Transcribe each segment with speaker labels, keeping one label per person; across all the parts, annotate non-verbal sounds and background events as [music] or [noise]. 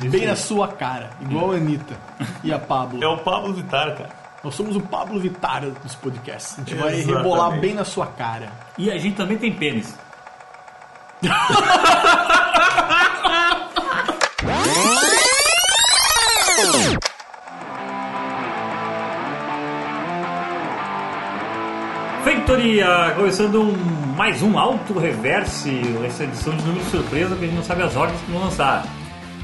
Speaker 1: Bem na sua cara, igual a Anitta e a Pablo.
Speaker 2: É o Pablo Vittar, cara.
Speaker 1: Nós somos o Pablo Vittar dos podcasts. A gente vai
Speaker 2: Exatamente.
Speaker 1: rebolar bem na sua cara.
Speaker 3: E a gente também tem pênis. [laughs] Feitoria, começando um, mais um Alto Reverse, essa edição de número de surpresa que a gente não sabe as ordens que vão lançar.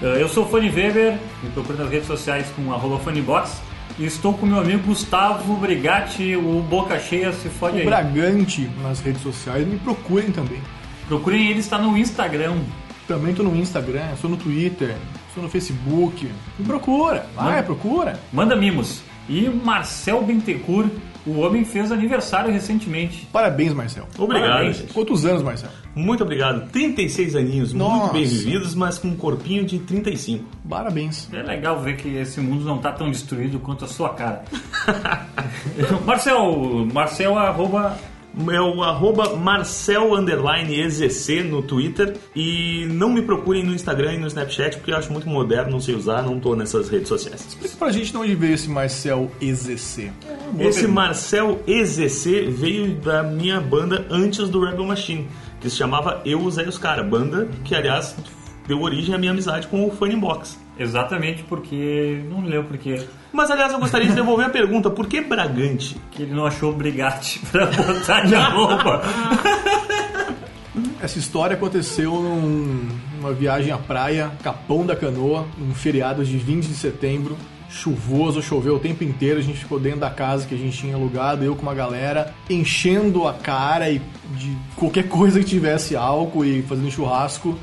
Speaker 3: Eh, Eu sou o Fanny Weber, me procuro nas redes sociais com arroba Fanibox e estou com meu amigo Gustavo Brigatti, o Boca Cheia, se fode
Speaker 1: O
Speaker 3: aí.
Speaker 1: Bragante nas redes sociais, me procurem também.
Speaker 3: Procurem ele, está no Instagram.
Speaker 1: Também tô no Instagram, sou no Twitter, sou no Facebook. Me procura, vai, procura.
Speaker 3: Manda mimos. E Marcel Bentecur, o homem fez aniversário recentemente.
Speaker 1: Parabéns, Marcel.
Speaker 2: Obrigado,
Speaker 3: Parabéns.
Speaker 2: gente.
Speaker 1: Quantos anos, Marcel?
Speaker 2: Muito obrigado. 36 aninhos, muito
Speaker 1: Nossa.
Speaker 2: bem vividos, mas com um corpinho de 35.
Speaker 1: Parabéns.
Speaker 3: É legal ver que esse mundo não tá tão destruído quanto a sua cara. [laughs] Marcel, Marcel arroba
Speaker 2: É o arroba Marcel underline EZC no Twitter. E não me procurem no Instagram e no Snapchat, porque eu acho muito moderno, não sei usar, não tô nessas redes sociais.
Speaker 1: Explica pra gente de onde veio esse Marcel EZC.
Speaker 2: Esse
Speaker 3: pergunta.
Speaker 2: Marcel EZC veio da minha banda antes do Rebel Machine, que se chamava Eu Usei os Cara, banda que, aliás, deu origem à minha amizade com o Funny Box.
Speaker 3: exatamente porque não lembro porque
Speaker 2: Mas, aliás, eu gostaria de devolver a pergunta, por que Bragante?
Speaker 3: que ele não achou o Brigatti [laughs] pra botar de arroba.
Speaker 1: Essa história aconteceu num- numa viagem à praia, Capão da Canoa, num feriado de 20 de setembro. Chuvoso, choveu o tempo inteiro, a gente ficou dentro da casa que a gente tinha alugado, eu com uma galera, enchendo a cara e de qualquer [laughs] coisa que tivesse álcool e fazendo churrasco.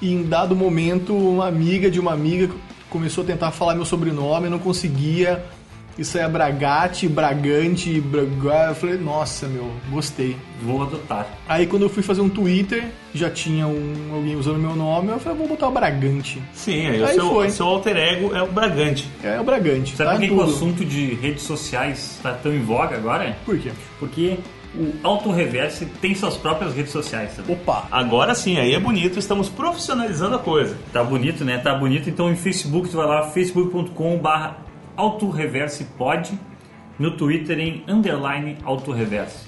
Speaker 1: E em dado momento, uma amiga de uma amiga começou a tentar falar meu sobrenome, eu não conseguia. Isso é Bragatti, Bragante, Braga. Eu falei, nossa, meu, gostei.
Speaker 3: Vou adotar.
Speaker 1: Aí quando eu fui fazer um Twitter, já tinha um, alguém usando meu nome, eu falei, vou botar o Bragante.
Speaker 2: Sim, aí o
Speaker 1: Aí
Speaker 2: seu,
Speaker 1: foi.
Speaker 2: seu alter ego é o Bragante.
Speaker 1: É o Bragante, tá
Speaker 3: Sabe por que
Speaker 1: em
Speaker 3: que o
Speaker 1: tudo.
Speaker 3: assunto de redes sociais tá tão em voga agora?
Speaker 1: Por quê?
Speaker 3: Porque o Auto Reverse tem suas próprias redes sociais também.
Speaker 1: Opa!
Speaker 2: Agora sim, aí é bonito, estamos profissionalizando a coisa.
Speaker 3: Tá bonito, né? Tá bonito. Então em Facebook tu vai lá, facebook.com/barra autoreversepod. No Twitter em underline autoreverse.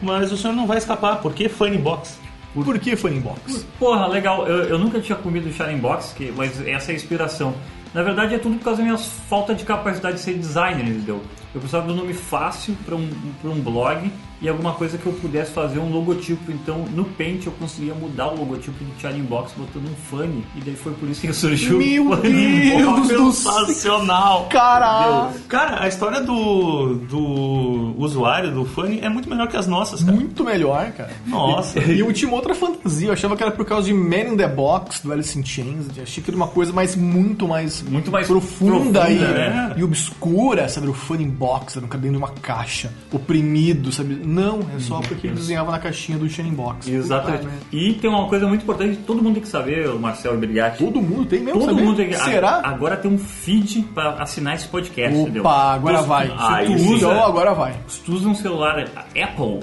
Speaker 2: Mas o senhor não vai escapar, porque Funny Box.
Speaker 1: Por, que Funny Box?
Speaker 3: Porra, legal. Eu, eu nunca tinha comido Sharing Box, que, mas essa é a inspiração. Na verdade é tudo por causa da minha falta de capacidade de ser designer, entendeu? Eu precisava de um nome fácil para um, pra um blog e alguma coisa que eu pudesse fazer um logotipo. Então no Paint eu conseguia mudar o logotipo do Sharing Box botando um funny. E daí foi por isso que surgiu o
Speaker 1: Meu
Speaker 3: funny
Speaker 1: Deus
Speaker 3: box.
Speaker 1: do céu!
Speaker 2: Sensacional!
Speaker 1: Caralho!
Speaker 2: Cara, a história do, do usuário, do Funny, é muito melhor que as nossas, cara.
Speaker 1: Muito melhor, cara.
Speaker 2: Nossa.
Speaker 1: E eu tinha uma outra fantasia, eu achava que era por causa de Man in the Box, do Alice in Chains, eu achei que era uma coisa mais, muito mais,
Speaker 3: Muito mais
Speaker 1: profunda,
Speaker 3: profunda,
Speaker 1: e,
Speaker 3: né?
Speaker 1: e obscura, sabe? O Funny Box, era um cabelo de uma caixa, oprimido, sabe? Não, é só porque ele desenhava na caixinha do Shining Box.
Speaker 3: Exatamente.
Speaker 1: Puta merda.
Speaker 3: E tem uma coisa muito importante, todo mundo tem que saber, o Marcelo Brigatti.
Speaker 1: Todo mundo tem mesmo,
Speaker 3: Todo
Speaker 1: sabia?
Speaker 3: mundo tem que.
Speaker 1: Será?
Speaker 2: Ah,
Speaker 3: a- Agora tem um feed pra assinar esse
Speaker 2: é,
Speaker 3: podcast, entendeu?
Speaker 1: Opa, agora
Speaker 3: Então,
Speaker 1: vai.
Speaker 3: Se tu,
Speaker 2: Aí
Speaker 3: se tu
Speaker 2: sim.
Speaker 3: usa,
Speaker 1: Então agora vai.
Speaker 3: se tu usa um celular Apple,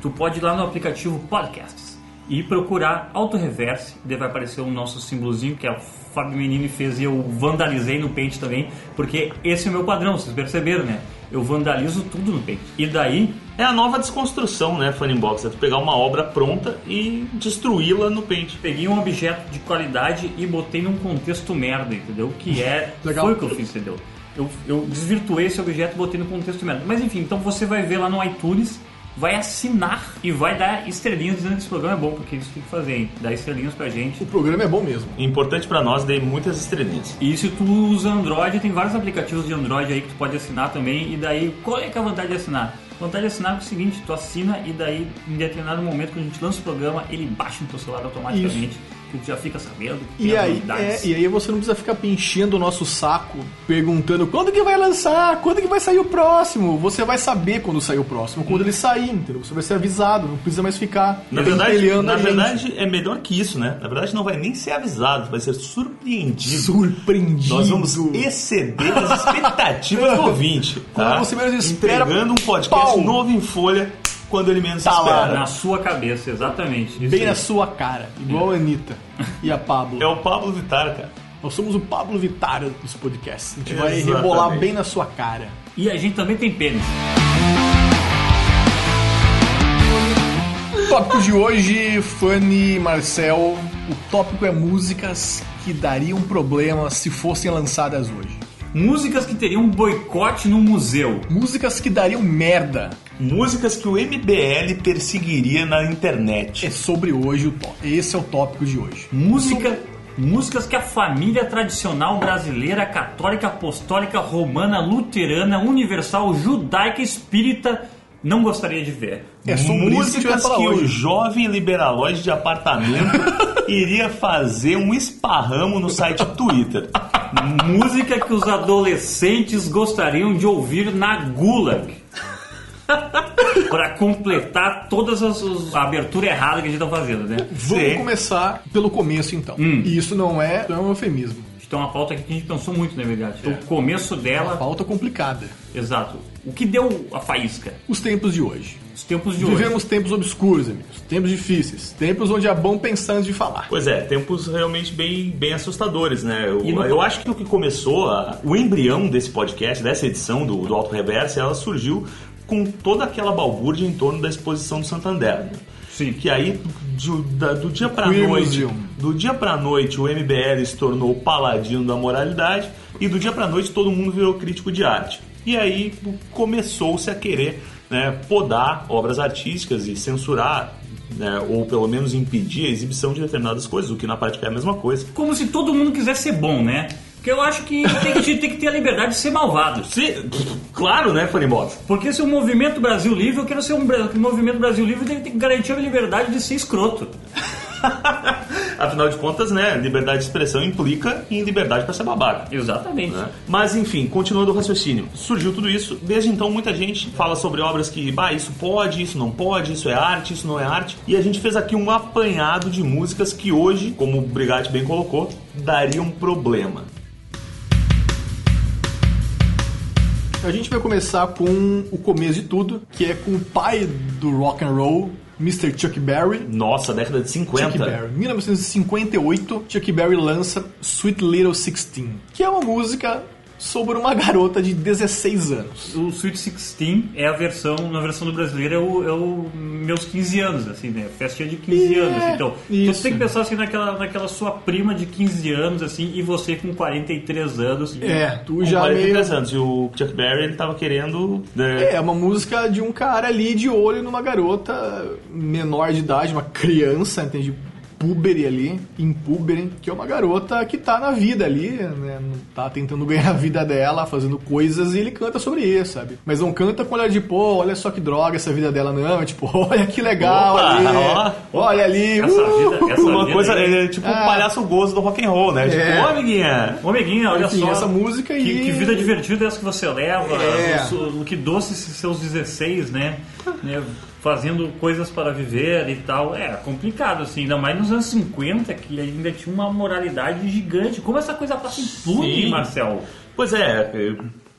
Speaker 3: tu pode ir lá no aplicativo Podcasts e procurar Auto Reverse, daí vai aparecer o nosso símbolozinho que a Fábio Menini fez e eu vandalizei no Paint também, porque esse é o meu padrão, vocês perceberam, né? Eu vandalizo tudo no Paint. E daí
Speaker 2: É a nova desconstrução, né, Funny Box? É tu pegar uma obra pronta e destruí-la no Paint.
Speaker 3: Peguei um objeto de qualidade e botei num contexto merda, entendeu? Que é.
Speaker 1: Legal.
Speaker 3: Foi o que eu fiz, entendeu? Eu, eu desvirtuei esse objeto e botei no contexto merda. Mas enfim, então você vai ver lá no iTunes, vai assinar e vai dar estrelinhas dizendo que esse programa é bom, porque isso tem que fazer, hein? Dar estrelinhas pra gente.
Speaker 1: O programa é bom mesmo.
Speaker 2: Importante pra nós, dei muitas estrelinhas.
Speaker 3: E se tu usa Android, tem vários aplicativos de Android aí que tu pode assinar também. E daí, qual é, que é a vantagem de assinar? A vantagem de assinar é o seguinte, tu assina e daí, em determinado momento, quando a gente lança o programa, ele baixa no teu celular automaticamente. Que tu já fica sabendo. que
Speaker 1: E
Speaker 3: tem as
Speaker 1: aí,
Speaker 3: novidades.
Speaker 1: é, e aí você não precisa ficar enchendo o nosso saco, perguntando quando que vai lançar, quando que vai sair o próximo. Você vai saber quando sair o próximo, quando ele sair, entendeu? Você vai ser avisado, não precisa mais ficar
Speaker 2: Na verdade,
Speaker 1: pentelhando
Speaker 2: na
Speaker 1: tá a gente.
Speaker 2: verdade, é melhor que isso, né? Na verdade, não vai nem ser avisado, vai ser surpreendido.
Speaker 1: surpreendido.
Speaker 2: Nós vamos exceder as
Speaker 1: [laughs]
Speaker 2: expectativas do ouvinte.
Speaker 1: Quando
Speaker 2: Tá?
Speaker 1: você menos espera,
Speaker 2: Entregando um podcast
Speaker 1: pau.
Speaker 2: novo em folha quando ele menos
Speaker 1: Tá lá,
Speaker 2: espera.
Speaker 3: Na sua cabeça, exatamente. Isso
Speaker 1: bem
Speaker 3: aí.
Speaker 1: na sua cara, igual a Anitta e a Pablo.
Speaker 2: É o É Pablo Vittar, cara.
Speaker 1: Nós somos o Pablo Vitara dos podcasts. A gente vai
Speaker 2: Exatamente.
Speaker 1: rebolar bem na sua cara.
Speaker 3: E a gente também tem pênis.
Speaker 1: O tópico de hoje, Fanny e Marcel. O tópico é músicas que dariam problema se fossem lançadas hoje.
Speaker 3: Músicas que teriam um boicote no museu.
Speaker 1: Músicas que dariam merda.
Speaker 2: Músicas que o MBL perseguiria na internet.
Speaker 1: É sobre hoje o tópico. Esse é o tópico de hoje.
Speaker 3: Música, músicas que a família tradicional brasileira, católica, apostólica, romana, luterana, universal, judaica, espírita não gostaria de ver.
Speaker 1: É sobre isso que a gente vai
Speaker 2: Músicas
Speaker 1: falar
Speaker 2: que o
Speaker 1: hoje.
Speaker 2: jovem liberalóide de
Speaker 1: [laughs]
Speaker 2: apartamento iria fazer um esparramo no site do Twitter.
Speaker 3: Música que os adolescentes gostariam de ouvir na Gulag. [laughs] Pra completar todas as, as- a abertura errada que a gente tá fazendo, né?
Speaker 1: Vamos
Speaker 2: Sim.
Speaker 1: começar pelo começo, então. E isso não é, não é um eufemismo.
Speaker 3: A gente tem uma pauta aqui que a gente pensou muito, na verdade. Então, o começo
Speaker 1: É Uma
Speaker 3: dela.
Speaker 1: pauta complicada.
Speaker 3: Exato. O que deu a faísca?
Speaker 1: Os tempos de hoje.
Speaker 3: Os tempos de hoje.
Speaker 1: Vivemos tempos obscuros, amigos. Tempos difíceis. Tempos onde é bom pensar antes de falar.
Speaker 2: Pois é, tempos realmente bem, bem assustadores, né? Eu,
Speaker 3: E no-
Speaker 2: eu acho que o que começou, a- o embrião desse podcast, dessa edição do, do Alto Reverso, ela surgiu com toda aquela balbúrdia em torno da exposição do Santander. né?
Speaker 3: Sim.
Speaker 2: Que aí, do, da- do dia pra
Speaker 1: Queer
Speaker 2: noite...
Speaker 1: Museum.
Speaker 2: Do dia pra noite, o MBL se tornou o paladino da moralidade e do dia pra noite todo mundo virou crítico de arte. E aí começou-se a querer né, podar obras artísticas e censurar, né, ou pelo menos impedir a exibição de determinadas coisas, o que na prática é a mesma coisa.
Speaker 3: Como se todo mundo quisesse ser bom, né? Porque eu acho que tem que, a gente tem que ter a liberdade de ser malvado.
Speaker 2: Se- claro, né, Fanny Box?
Speaker 3: Porque se o movimento Brasil Livre, eu quero ser um Bra- que o movimento Brasil Livre tem que garantir a liberdade de ser escroto.
Speaker 2: Afinal de contas, né, liberdade de expressão implica em liberdade para ser babaca.
Speaker 3: Exatamente.
Speaker 2: né? Mas enfim, continuando o raciocínio, surgiu tudo isso. Desde então, muita gente fala sobre obras que, bah, isso pode, isso não pode, isso é arte, isso não é arte. E a gente fez aqui um apanhado de músicas que hoje, como o Brigatti bem colocou, dariam problema.
Speaker 1: A gente vai começar com o começo de tudo, que é com o pai do rock and roll, Mr. Chuck Berry.
Speaker 2: Nossa, década de 50.
Speaker 1: Chuck Berry. 1958, Chuck Berry lança Sweet Little 16, que é uma música sobre uma garota de 16 anos.
Speaker 3: O Sweet 16 é a versão, na versão do brasileiro, é o, é o meus 15 anos, assim, né? Festinha de 15
Speaker 1: É,
Speaker 3: anos. Então,
Speaker 1: isso.
Speaker 3: você tem que pensar assim naquela, naquela sua prima de 15 anos, assim, e você com 43 anos.
Speaker 1: É, tu
Speaker 2: Com
Speaker 1: já meio...
Speaker 2: 43 anos. E o Chuck Berry, ele tava querendo... né,
Speaker 1: É, é uma música de um cara ali de olho numa garota menor de idade, uma criança, entende? Puberi ali, em Puberi, que é uma garota que tá na vida ali, né? Não Tá tentando ganhar a vida dela, fazendo coisas, e ele canta sobre isso, sabe? Mas não canta com olhar de, pô, olha só que droga essa vida dela, não. É tipo, [laughs] olha que legal
Speaker 2: Opa,
Speaker 1: ali.
Speaker 2: ó.
Speaker 1: Olha ali.
Speaker 3: Essa
Speaker 1: uh!
Speaker 3: vida, essa
Speaker 2: Uma
Speaker 3: vida
Speaker 2: coisa,
Speaker 3: aí.
Speaker 2: ele é tipo o
Speaker 1: Ah.
Speaker 2: palhaço gozo do rock and roll, né?
Speaker 1: É.
Speaker 2: Tipo, ô, amiguinha,
Speaker 3: Ô, amiguinha, olha
Speaker 1: Enfim,
Speaker 3: só.
Speaker 1: essa música
Speaker 3: que,
Speaker 1: e-
Speaker 3: que vida divertida é essa que você leva.
Speaker 1: É.
Speaker 3: o su- O que doce esses seus 16, né? Né, Fazendo coisas para viver e tal. É complicado, assim. Ainda mais nos anos 50, que ainda tinha uma moralidade gigante. Como essa coisa passa em tudo,
Speaker 2: Sim.
Speaker 3: hein, Marcel?
Speaker 2: Pois é, é,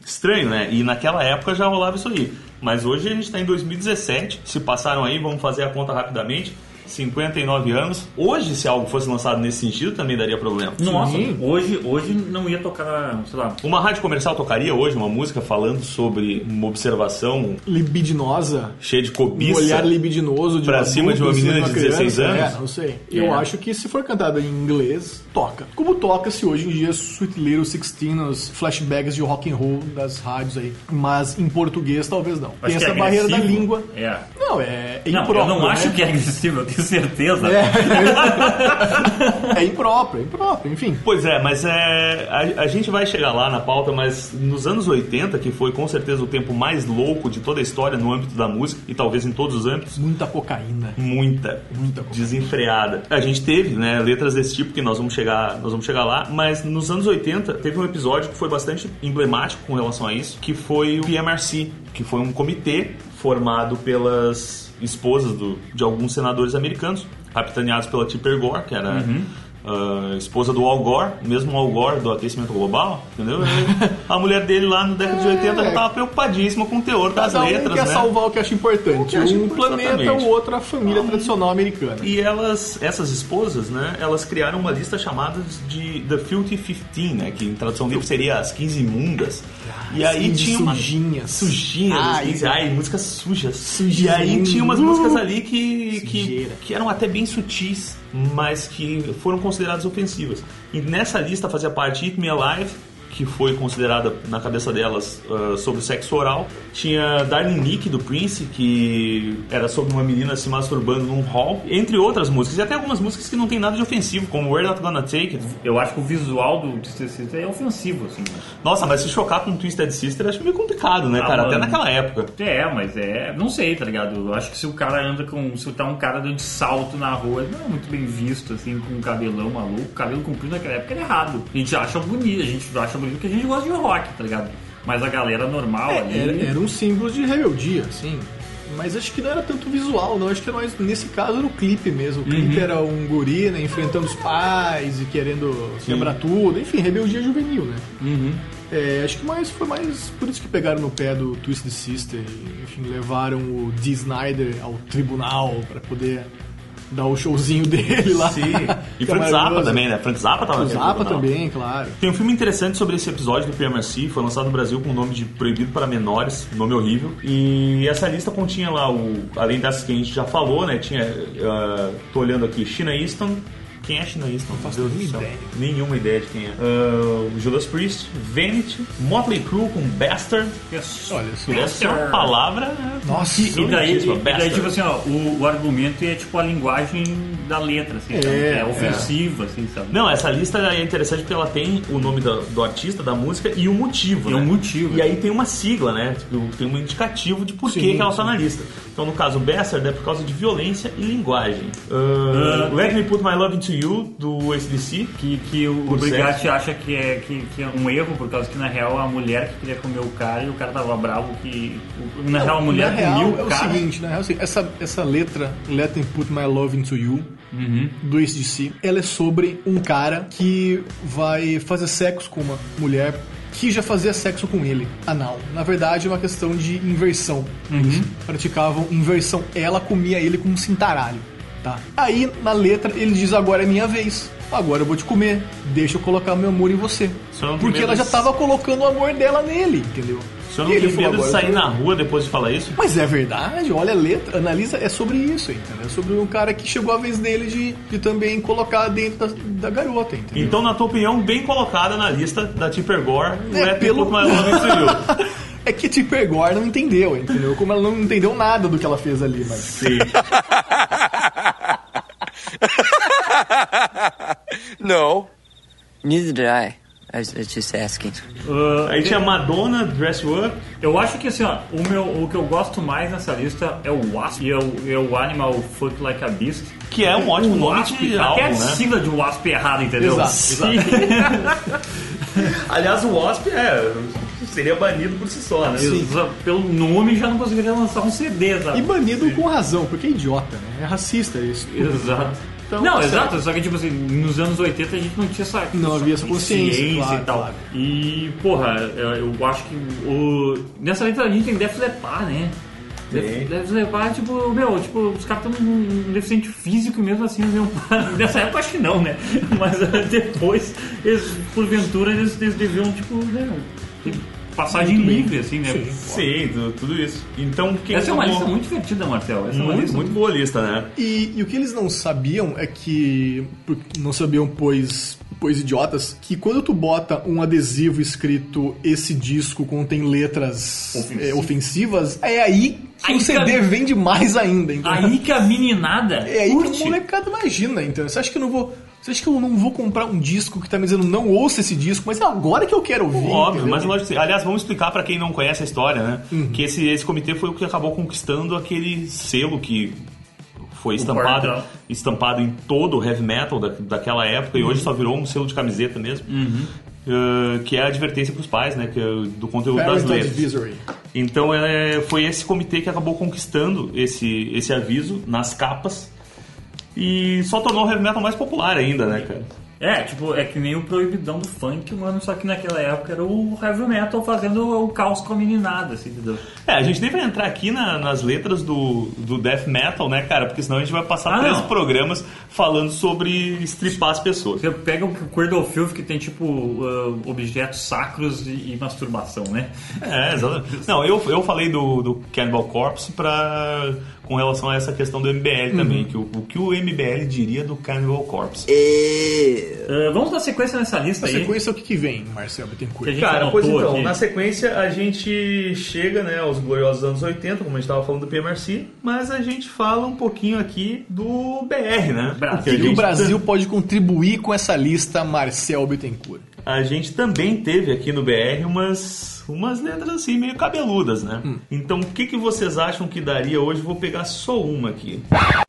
Speaker 2: estranho, né? E naquela época já rolava isso aí. Mas hoje a gente está em 2017, se passaram aí, vamos fazer a conta rapidamente. 59 anos. Hoje, se algo fosse lançado nesse sentido, também daria problema.
Speaker 3: Nossa, hoje, hoje não ia tocar, sei lá.
Speaker 2: Uma rádio comercial tocaria hoje uma música falando sobre uma observação
Speaker 1: Libidinosa.
Speaker 2: cheia de
Speaker 1: Um
Speaker 2: cobiça.
Speaker 1: olhar libidinoso de
Speaker 2: Pra
Speaker 1: um
Speaker 2: cima de uma
Speaker 1: adulto,
Speaker 2: menina
Speaker 1: uma
Speaker 2: de 16
Speaker 1: criança.
Speaker 2: anos?
Speaker 1: É, não sei. Eu
Speaker 3: É.
Speaker 1: acho que se for cantada em inglês, toca. Como toca-se hoje em dia Sweet Little 16, os flashbacks de rock and roll das rádios aí. Mas em português talvez não. Tem
Speaker 3: acho que
Speaker 1: essa
Speaker 3: é
Speaker 1: barreira da
Speaker 3: agressivo.
Speaker 1: língua.
Speaker 3: É.
Speaker 1: Não, é, é
Speaker 3: Não,
Speaker 1: impróprio.
Speaker 3: eu não
Speaker 1: né?
Speaker 3: acho que é agressivo, eu tenho certeza.
Speaker 1: É impróprio, é impróprio, enfim.
Speaker 2: Pois é, mas é, a, a gente vai chegar lá na pauta, mas nos anos 80, que foi com certeza o tempo mais louco de toda a história no âmbito da música, e talvez em todos os âmbitos,
Speaker 1: Muita cocaína.
Speaker 2: muita,
Speaker 1: Muita coisa.
Speaker 2: desenfreada. A gente teve, né, letras desse tipo que nós vamos chegar, nós vamos chegar lá, mas nos anos 80 teve um episódio que foi bastante emblemático com relação a isso, que foi o PMRC, que foi um comitê formado
Speaker 1: Uhum.
Speaker 2: pelas esposas do- de alguns senadores americanos, capitaneados pela Tipper Gore, que era ah, esposa do Al Gore, mesmo Al Gore do aquecimento global, entendeu? E a mulher dele lá na década de 80 já estava preocupadíssima com o teor
Speaker 1: É.
Speaker 2: das
Speaker 1: Cada um
Speaker 2: letras,
Speaker 1: quer
Speaker 2: né?
Speaker 1: salvar o que acha importante.
Speaker 2: que acha
Speaker 1: um
Speaker 2: importante,
Speaker 1: planeta,
Speaker 2: exatamente.
Speaker 1: o outro a família tradicional americana.
Speaker 2: E elas, essas esposas, né, elas criaram uma lista chamada de The Filthy 15, né, que em tradução livre seria as 15 imundas. E aí
Speaker 1: Assim, de
Speaker 2: tinha uma
Speaker 1: sujinhas.
Speaker 2: sujinha,
Speaker 1: Ai.
Speaker 2: ai, ai músicas sujas.
Speaker 1: Sujinha.
Speaker 2: E aí tinha umas músicas ali que, que,
Speaker 1: Sujeira.
Speaker 2: que eram até bem sutis, mas que foram consideradas ofensivas. E nessa lista fazia parte Eat Me Alive, que foi considerada na cabeça delas ah, sobre sexo oral. Tinha Darling Nick do Prince, que era sobre uma menina se masturbando num hall, entre outras músicas. E até algumas músicas que não tem nada de ofensivo, como Where Not Gonna Take It.
Speaker 3: Eu acho que o visual do Twisted Sister é ofensivo, assim.
Speaker 2: Nossa, mas se chocar com Twisted Sister acho meio complicado, né,
Speaker 3: Ah,
Speaker 2: cara? Até
Speaker 3: mano.
Speaker 2: naquela época.
Speaker 3: É, mas é. Não sei, tá ligado? Eu acho que se o cara anda com. Se tá um cara dando de salto na rua, não é muito bem visto, assim, com um cabelão maluco. Cabelo comprido naquela época era errado. A gente acha bonito, a gente acha bonito porque a gente gosta de rock, tá ligado? Mas a galera normal ali.
Speaker 1: Era, era um símbolo de rebeldia, assim. Mas acho que não era tanto visual, não. Acho que nós, nesse caso era o clipe mesmo. O
Speaker 2: Uhum.
Speaker 1: clipe era um guri, né, enfrentando os pais e querendo quebrar tudo. Enfim, rebeldia juvenil, né?
Speaker 2: Uhum.
Speaker 1: É, acho que mais foi mais por isso que pegaram no pé do Twisted Sister e, enfim, levaram o Dee Snyder ao tribunal pra poder dar o showzinho [laughs] dele lá.
Speaker 2: Sim. [laughs] E
Speaker 1: Que é
Speaker 2: Frank Zappa
Speaker 1: maravilhoso.
Speaker 2: também, né? Frank Zappa tava
Speaker 1: O
Speaker 2: naquele
Speaker 1: Zappa
Speaker 2: tribunal.
Speaker 1: também, claro.
Speaker 2: Tem um filme interessante sobre esse episódio do PMRC, foi lançado no Brasil com o nome de Proibido para Menores, nome horrível. E essa lista continha lá, o, além das que a gente já falou, né? Tinha. ah, tô olhando aqui, China Easton. Quem é China Easton? Não faço
Speaker 1: nenhuma ideia.
Speaker 2: Nenhuma ideia de quem é. Ah, o Judas Priest, Vanity, Motley Crue com Bastard.
Speaker 1: Olha só.
Speaker 2: Essa é uma palavra. né?
Speaker 1: Nossa,
Speaker 2: Que-
Speaker 3: E daí,
Speaker 2: Isso,
Speaker 3: e daí,
Speaker 2: bastard.
Speaker 3: tipo assim, ó, o, o argumento é tipo a linguagem da letra, assim, sabe?
Speaker 1: É,
Speaker 3: é, ofensiva, assim, sabe?
Speaker 2: Não, essa lista é interessante porque ela tem o nome da- do, artista, da música e o motivo.
Speaker 3: E
Speaker 2: né?
Speaker 3: o motivo,
Speaker 2: E
Speaker 3: né?
Speaker 2: aí tem uma sigla, né? Tipo, Tem um indicativo de por que
Speaker 1: Sim,
Speaker 2: que ela está na lista. Então, no caso, Bastard é por causa de violência e linguagem. Ah,
Speaker 3: Ah.
Speaker 2: Let Me Put My Love Into You, do ACDC.
Speaker 3: Que, que o
Speaker 2: Por
Speaker 3: Brigatti acha que é, que, que é um erro, por causa que na real a mulher que queria comer o cara e o cara tava bravo que. o- Na real a mulher
Speaker 1: na real,
Speaker 3: comiu
Speaker 1: é
Speaker 3: o
Speaker 1: o
Speaker 3: cara.
Speaker 1: seguinte, na real, é o seguinte, essa, essa letra, Let Me Put My Love Into You,
Speaker 3: Uhum.
Speaker 1: do ACDC, ela é sobre um cara que vai fazer sexo com uma mulher que já fazia sexo com ele, anal. Na verdade, é uma questão de inversão.
Speaker 3: Uhum.
Speaker 1: Eles praticavam inversão. Ela comia ele com um cintaralho, tá? Aí, na letra, ele diz, agora é minha vez. Agora eu vou te comer. Deixa eu colocar meu amor em você.
Speaker 2: Só não tem
Speaker 1: Porque
Speaker 2: medo
Speaker 1: ela já
Speaker 2: de-
Speaker 1: tava colocando o amor dela nele, entendeu?
Speaker 2: Você não
Speaker 1: E ele
Speaker 2: tem
Speaker 1: falou,
Speaker 2: medo de
Speaker 1: "Agora né? eu
Speaker 2: sair
Speaker 1: tô-
Speaker 2: na rua depois de falar isso?
Speaker 1: mas é verdade, olha a letra, analisa, é sobre isso, entendeu? É sobre um cara que chegou a vez dele de, de também colocar dentro da, da garota, entendeu? [laughs]
Speaker 2: Então, na tua opinião, bem colocada na lista da Tipper Gore,
Speaker 1: É,
Speaker 2: Let
Speaker 1: pelo-
Speaker 2: Me Put My Love Into
Speaker 1: [laughs]
Speaker 2: You.
Speaker 1: É que Tipper Gore não entendeu, entendeu? Como ela não entendeu nada do que ela fez ali, mas...
Speaker 2: Sim.
Speaker 4: No. Neither did I. I was, I was just asking.
Speaker 3: Ah,
Speaker 2: Aí tinha Madonna, Dress You Up.
Speaker 3: eu acho que assim, ó, o, meu, o que eu gosto mais nessa lista é o Wasp e é o, é o Animal Fuck Like a Beast.
Speaker 2: Que é um ótimo nome de álbum,
Speaker 3: até a
Speaker 2: né?
Speaker 3: sigla de Wasp é errada, entendeu?
Speaker 1: Exato,
Speaker 3: Sim.
Speaker 2: Aliás, o Wasp é, seria banido por si só, né?
Speaker 3: Exa- Pelo nome já não conseguiria lançar um CD, sabe?
Speaker 1: E banido com razão, porque é idiota, né? É racista isso.
Speaker 3: Exato.
Speaker 1: Então,
Speaker 3: não,
Speaker 1: tá
Speaker 3: exato, só que tipo assim, nos anos 80 a gente não tinha essa
Speaker 1: Não havia essa consciência, claro,
Speaker 3: e tal.
Speaker 1: claro.
Speaker 3: E, porra, eu eu acho que o... nessa letra a gente tem Def Leppard, né?
Speaker 2: Tem.
Speaker 3: Def Def Leppard, tipo, meu, tipo, os caras estão um deficiente físico e mesmo assim eles não param. [laughs] Nessa época acho que não, né? [laughs] Mas eh, depois, eles, porventura, eles, eles deviam, tipo, né, ter passagem
Speaker 1: Muito bem.
Speaker 3: livre, assim, né?
Speaker 2: Sim, tu- tudo isso. Então, quem
Speaker 3: Essa é uma
Speaker 2: tomou-
Speaker 3: lista muito divertida, Marcel. Essa é uma
Speaker 2: muito,
Speaker 3: lista
Speaker 2: muito boa lista, né?
Speaker 1: E, e o que eles não sabiam é que. por- Não sabiam, pois. Pois idiotas, que quando tu bota um adesivo escrito esse disco contém letras
Speaker 3: Ofensiva.
Speaker 1: é, ofensivas, é aí que
Speaker 3: Aí
Speaker 1: o CD
Speaker 3: fica-
Speaker 1: vende mais ainda. Então.
Speaker 3: Aí que a meninada
Speaker 1: é aí
Speaker 3: curte.
Speaker 1: que o molecada imagina, então. Você acha que eu não vou. Você acha que eu não vou comprar um disco que tá me dizendo não ouça esse disco, mas é agora que eu quero ouvir?
Speaker 2: Óbvio,
Speaker 1: entendeu?
Speaker 2: mas lógico que sim. Aliás, vamos explicar pra quem não conhece a história, né? Que esse, esse comitê foi o que acabou conquistando aquele selo que foi estampado,
Speaker 3: quartel.
Speaker 2: estampado em todo o heavy metal da, daquela época e hoje só virou um selo de camiseta mesmo. Uh, que é a advertência pros pais, né? Que, é do conteúdo das
Speaker 1: Parent
Speaker 2: letras.
Speaker 1: Advisory.
Speaker 3: Tá
Speaker 2: Então é, foi esse comitê que acabou conquistando esse, esse aviso nas capas. e só tornou o heavy metal mais popular ainda, né, cara?
Speaker 3: É, tipo, é que nem o proibidão do funk, mano, só que naquela época era o heavy metal fazendo o caos com a meninada, assim, entendeu?
Speaker 2: É, a gente nem vai entrar aqui na- nas letras do, do death metal, né, cara? Porque senão a gente vai passar
Speaker 3: Ah,
Speaker 2: três
Speaker 3: não.
Speaker 2: programas falando sobre estripar as pessoas.
Speaker 3: Você pega o Cradle of Filth que tem, tipo, ah, objetos sacros e, e masturbação, né?
Speaker 2: É, exatamente. Não, eu, eu falei do, do Cannibal Corpse pra, com relação a essa questão do MBL também.
Speaker 3: Uhum.
Speaker 2: Que o, o que o MBL diria do Cannibal Corpse?
Speaker 3: Ah, vamos dar sequência nessa lista
Speaker 1: Na
Speaker 3: aí.
Speaker 1: sequência, o que, que vem, Marcelo
Speaker 3: Que a
Speaker 1: Bittencourt?
Speaker 3: gente
Speaker 2: Cara,
Speaker 3: anotou
Speaker 2: pois então,
Speaker 3: aqui.
Speaker 2: na sequência a gente chega né, aos gloriosos anos 80, como a gente estava falando do PMRC, mas a gente fala um pouquinho aqui do BR, né?
Speaker 3: Brasil.
Speaker 2: Porque a
Speaker 1: E
Speaker 2: gente
Speaker 1: o Brasil pode contribuir com essa lista, Marcel Bittencourt.
Speaker 2: a gente também teve aqui no BR umas, umas letras assim meio cabeludas, né? Então o que, que vocês acham que daria hoje? Vou pegar só uma aqui.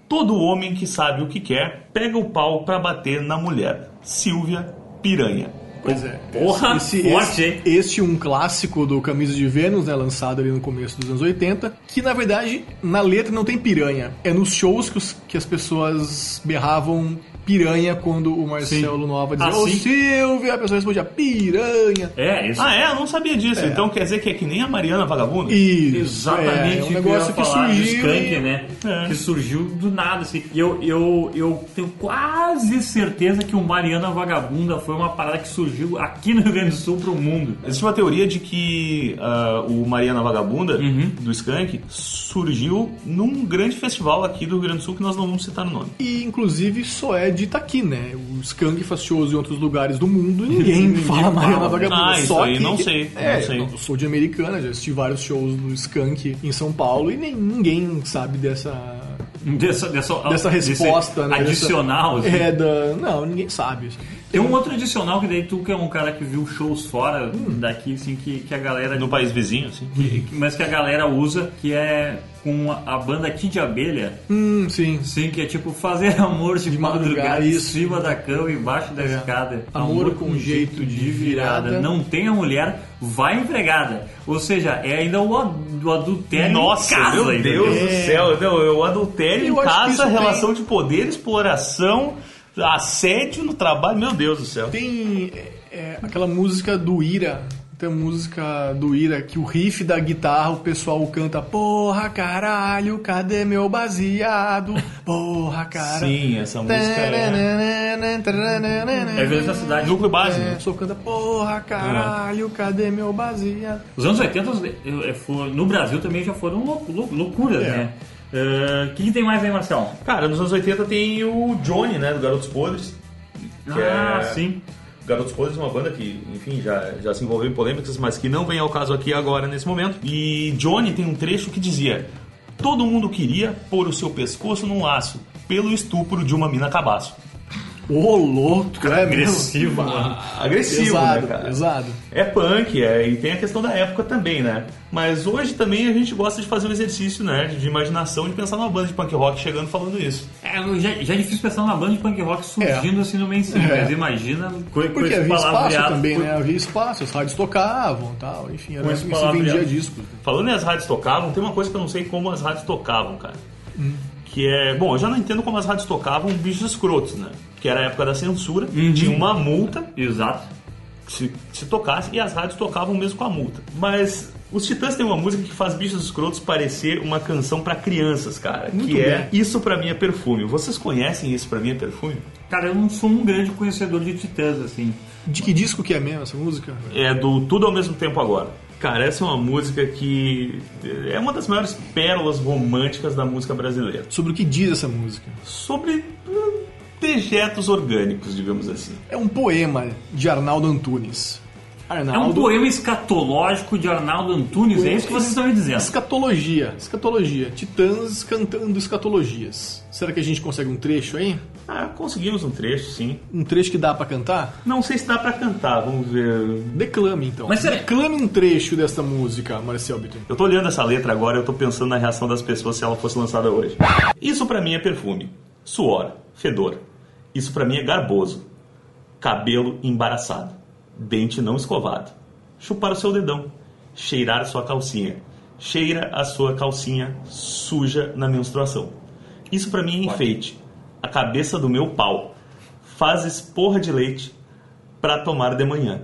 Speaker 2: Todo homem que sabe o que quer pega o pau pra bater na mulher. Silvia Piranha.
Speaker 1: Pois é.
Speaker 3: Porra, forte, hein?
Speaker 1: este, este um clássico do Camisa de Vênus, né, lançado ali no começo dos anos 80, que na verdade na letra não tem piranha. É nos shows que, os- que as pessoas berravam piranha quando o Marcelo Nova dizia
Speaker 3: Ah,
Speaker 1: Ô
Speaker 3: sim?
Speaker 1: Silvia, a pessoa respondia piranha.
Speaker 3: É, isso.
Speaker 2: Ah, é? Eu não sabia disso. Então quer dizer que é que nem a Mariana Vagabunda?
Speaker 1: E
Speaker 3: É, Exatamente,
Speaker 1: é,
Speaker 3: o
Speaker 1: um
Speaker 3: que eu
Speaker 1: negócio
Speaker 3: ia
Speaker 1: que
Speaker 3: falar,
Speaker 1: surgiu.
Speaker 3: do Skank,
Speaker 1: e-
Speaker 3: né?
Speaker 2: É.
Speaker 3: Que surgiu do nada, assim. E eu, eu, eu tenho quase certeza que o Mariana Vagabunda foi uma parada que surgiu aqui no Rio Grande do Sul pro mundo.
Speaker 2: Existe uma teoria de que ah, o Mariana Vagabunda, do Skank, surgiu num grande festival aqui do Rio Grande do Sul que nós não vamos citar o nome.
Speaker 1: E inclusive só é dita aqui, né? O Skang faz shows em outros lugares do mundo e [laughs] ninguém fala Mariana Vagabunda.
Speaker 2: Ah, isso
Speaker 1: só
Speaker 2: aí
Speaker 1: que...
Speaker 2: não sei,
Speaker 1: É,
Speaker 2: não sei.
Speaker 1: Eu sou de americana, já assisti vários shows do Skunk em São Paulo e nem, ninguém sabe dessa.
Speaker 3: Dessa, dessa,
Speaker 2: Então,
Speaker 1: Dessa
Speaker 3: desse
Speaker 1: resposta, né?
Speaker 3: Adicional,
Speaker 1: Dessa-
Speaker 3: assim.
Speaker 1: É, da... Não, ninguém sabe.
Speaker 3: Tem um outro adicional que daí tu que é um cara que viu shows fora daqui, assim, que, que a galera.
Speaker 2: No país vizinho, assim.
Speaker 3: Mas que a galera usa, que é com a, a banda Kid Abelha.
Speaker 1: Hum, sim.
Speaker 3: Sim, que é tipo fazer amor de,
Speaker 1: De
Speaker 3: madrugada,
Speaker 1: madrugada,
Speaker 3: em
Speaker 1: isso. É.
Speaker 3: cima da cama, embaixo da escada.
Speaker 1: Amor com jeito de virada.
Speaker 3: Não tem a mulher, vai empregada. Ou seja, é ainda o, ad- o adultério
Speaker 2: Nossa,
Speaker 3: em casa.
Speaker 2: meu
Speaker 3: ainda.
Speaker 2: Deus do céu. Não, eu adultério
Speaker 1: Eu
Speaker 2: em
Speaker 1: acho que
Speaker 2: casa,
Speaker 1: isso
Speaker 2: relação de poder, exploração, assédio no trabalho. Meu Deus do céu.
Speaker 1: Tem é, é, aquela música do Ira. Tem uma música do Ira que o riff da guitarra o pessoal canta Porra caralho, cadê meu baseado? Porra caralho.
Speaker 2: Sim, essa música é...
Speaker 3: É violência na cidade.
Speaker 2: Núcleo base,
Speaker 1: É,
Speaker 2: né?
Speaker 1: o pessoal canta, porra, caralho, cadê meu baseado?
Speaker 3: Os anos 80 eh, eh, for- no Brasil também já foram lou- lou- loucuras,
Speaker 1: É.
Speaker 3: né? Eh, O que, que tem mais aí, Marcel?
Speaker 2: Cara, nos anos 80 tem o Johnny, né? Do Garotos Podres. que
Speaker 3: ah,
Speaker 2: é-
Speaker 3: sim.
Speaker 2: Garotos Podres é uma banda que, enfim, já, já se envolveu em polêmicas, mas que não vem ao caso aqui agora nesse momento. E Johnny tem um trecho que dizia: Todo mundo queria pôr o seu pescoço num laço pelo estupro de uma mina cabaço. Ah,
Speaker 1: Ô, louco, é
Speaker 3: agressivo, mano.
Speaker 2: Agressivo,
Speaker 1: Pesado,
Speaker 2: né, cara?
Speaker 1: pesado.
Speaker 2: É punk, é, e tem a questão da época também, né? Mas hoje também a gente gosta de fazer um exercício, né? De imaginação, de pensar numa banda de punk rock chegando falando isso.
Speaker 3: É, eu já, já é difícil pensar numa banda de punk rock surgindo assim no mainstream,
Speaker 1: É.
Speaker 3: mas imagina com, com
Speaker 1: Porque
Speaker 3: esse
Speaker 1: havia espaço
Speaker 3: palavreado-
Speaker 1: também, né? Havia espaço, as rádios tocavam e tal, enfim,
Speaker 3: Com
Speaker 1: era
Speaker 3: esse
Speaker 1: isso que se
Speaker 3: palavreado.
Speaker 1: vendia discos.
Speaker 2: Falando em as rádios tocavam, tem uma coisa que eu não sei como as rádios tocavam, cara. Que é. Bom, eu já não entendo como as rádios tocavam bichos escrotos, né? Que era a época da censura, tinha uma multa
Speaker 3: Exato.
Speaker 2: que se, se tocasse e as rádios tocavam mesmo com a multa. Mas os Titãs têm uma música que faz bichos escrotos parecer uma canção pra crianças, cara.
Speaker 1: Muito
Speaker 2: que é
Speaker 1: bem.
Speaker 2: Isso Pra Mim é Perfume. Vocês conhecem Isso Pra Mim é Perfume?
Speaker 3: Cara, eu não sou um grande conhecedor de titãs, assim.
Speaker 1: De que disco que é mesmo essa música?
Speaker 2: É do Tudo ao Mesmo Tempo Agora. Cara, essa é uma música que é uma das maiores pérolas românticas da música brasileira.
Speaker 1: Sobre o que diz essa música?
Speaker 2: sobre hum, dejetos orgânicos, digamos assim.
Speaker 1: É um poema de Arnaldo Antunes.
Speaker 3: É um
Speaker 1: Arnaldo
Speaker 3: poema escatológico de Arnaldo Antunes, é isso que vocês estão me dizendo.
Speaker 1: Escatologia, escatologia. Titãs cantando escatologias. Será que a gente consegue um trecho aí?
Speaker 2: Ah, conseguimos um trecho, sim.
Speaker 1: Um trecho que dá pra cantar?
Speaker 2: Não sei se dá pra cantar, vamos ver.
Speaker 1: Declame então.
Speaker 3: Mas será-
Speaker 1: Declame um trecho dessa música, Marcel Bitton.
Speaker 2: Eu tô olhando essa letra agora, eu tô pensando na reação das pessoas se ela fosse lançada hoje. Isso pra mim é perfume, suor, fedor. Isso pra mim é garboso, cabelo embaraçado, dente não escovado. Chupar o seu dedão, cheirar a sua calcinha. Cheira a sua calcinha suja na menstruação. Isso pra mim é enfeite, a cabeça do meu pau. Faz esporra de leite para tomar de manhã,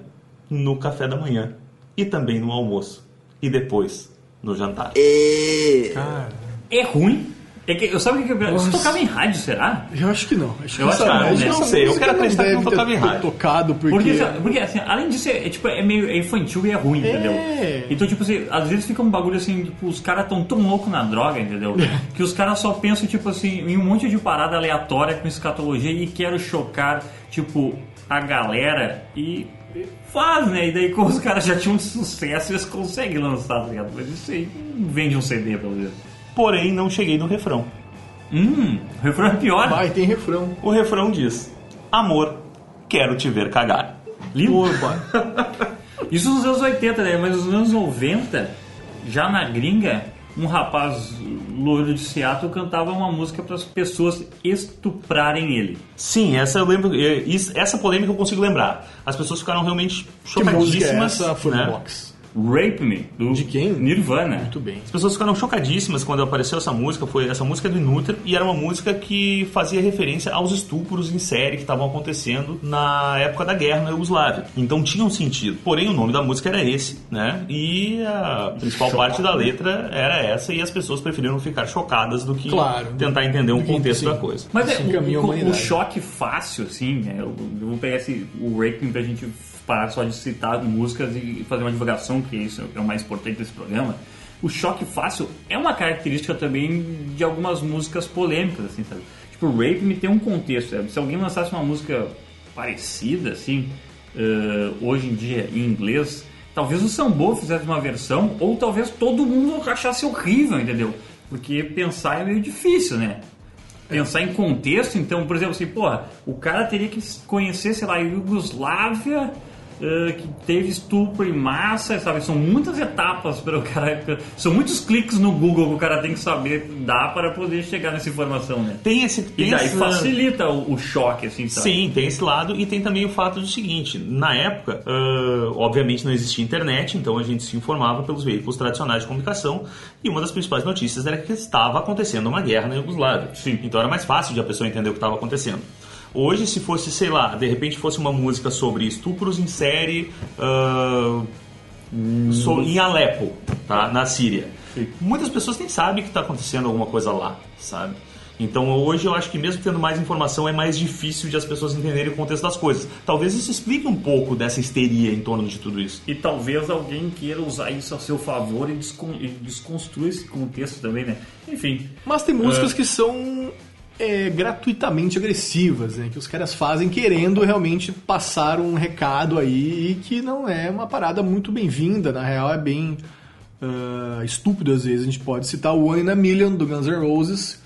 Speaker 2: no café da manhã e também no almoço e depois no jantar.
Speaker 1: Cara,
Speaker 3: É ruim. É que, eu sabe o que que eu Isso
Speaker 1: Nossa.
Speaker 3: tocava em rádio, será?
Speaker 1: eu acho que não. Acho que
Speaker 3: Eu
Speaker 1: essa
Speaker 3: acho que não,
Speaker 1: música-
Speaker 3: né?
Speaker 1: essa
Speaker 2: Não sei, eu
Speaker 1: música
Speaker 2: quero acreditar que
Speaker 1: deve
Speaker 2: não
Speaker 1: ter
Speaker 2: tocava em rádio.
Speaker 1: tocado porque...
Speaker 3: Porque, assim, porque, assim, além disso, é, é, tipo, é meio é infantil e é ruim, entendeu? Então, tipo assim, às vezes fica um bagulho assim, tipo, os caras tão tão loucos na droga, [laughs] entendeu? que os caras só pensam, tipo assim, em um monte de parada aleatória com escatologia e quero chocar, tipo, a galera e e faz, né? E daí como os caras já tinham sucesso, eles conseguem lançar, tá ligado? Mas isso aí não vende um CD, pelo menos.
Speaker 2: Porém, não cheguei no refrão.
Speaker 3: Hum, o refrão é pior.
Speaker 1: Vai, tem refrão.
Speaker 2: O refrão diz: Amor, quero te ver cagar.
Speaker 3: Lindo.
Speaker 1: Opa.
Speaker 3: Isso nos anos 80, né? Mas nos anos 90, já na gringa, um rapaz loiro de Seattle cantava uma música para as pessoas estuprarem ele.
Speaker 2: Sim, essa eu lembro. é, isso- Essa polêmica eu consigo lembrar. As pessoas ficaram realmente
Speaker 1: que música é
Speaker 2: chocadíssimas.
Speaker 1: essa, Full
Speaker 2: né?
Speaker 1: Box?
Speaker 3: Rape Me, do
Speaker 1: De quem?
Speaker 3: Nirvana.
Speaker 1: Muito bem.
Speaker 2: As pessoas ficaram chocadíssimas quando apareceu essa música. Foi essa música é do Inútero e era uma música que fazia referência aos estupros em série que estavam acontecendo na época da guerra na Iugoslávia. Então tinha um sentido. Porém, o nome da música era esse, né? E a principal parte da letra era essa e as pessoas preferiram ficar chocadas do que
Speaker 1: Claro.
Speaker 2: tentar entender um
Speaker 1: Do que-
Speaker 2: contexto
Speaker 1: sim.
Speaker 2: da coisa.
Speaker 3: Mas é,
Speaker 1: Isso encaminha a
Speaker 3: o, o, o
Speaker 1: humanidade.
Speaker 3: choque fácil, assim, né? Eu, eu vou pegar esse, o Rape Me pra gente parar só de citar músicas e fazer uma divulgação, que isso é o mais importante desse programa. O choque fácil é uma característica também de algumas músicas polêmicas, assim, sabe? Tipo, o Rape Me tem um contexto. sabe? Se alguém lançasse uma música parecida, assim, eh, hoje em dia em inglês, talvez o Sambo fizesse uma versão, ou talvez todo mundo achasse horrível, entendeu? Porque pensar é meio difícil, né? Pensar em contexto, então, por exemplo, assim, porra, o cara teria que conhecer, sei lá, a Iugoslávia, eh, que teve estupro em massa, sabe? São muitas etapas para o cara. São muitos cliques no Google que o cara tem que saber dar para poder chegar nessa informação, né?
Speaker 2: Tem esse tem
Speaker 3: E daí
Speaker 2: essa-
Speaker 3: facilita o, o choque, assim, sabe?
Speaker 2: Sim, tem esse lado e tem também o fato do seguinte: na época, ah, obviamente não existia internet, então a gente se informava pelos veículos tradicionais de comunicação e uma das principais notícias era que estava acontecendo uma guerra na Iugoslávia.
Speaker 3: Sim.
Speaker 2: Então era mais fácil de a pessoa entender o que estava acontecendo. Hoje, se fosse, sei lá, de repente fosse uma música sobre estupros em série ah, so-
Speaker 1: Uhum.
Speaker 2: em Alepo, tá? na Síria.
Speaker 3: Sim.
Speaker 2: Muitas pessoas nem sabem que está acontecendo alguma coisa lá, sabe? Então hoje eu acho que mesmo tendo mais informação é mais difícil de as pessoas entenderem o contexto das coisas. Talvez isso explique um pouco dessa histeria em torno de tudo isso.
Speaker 3: E talvez alguém queira usar isso a seu favor e, descon e desconstruir esse contexto também, né? Enfim.
Speaker 1: Mas tem músicas que são é, gratuitamente agressivas, né? Que os caras fazem querendo realmente passar um recado aí e que não é uma parada muito bem-vinda. Na real, é bem ah, estúpido às vezes. A gente pode citar o One in a Million, do Guns N' Roses,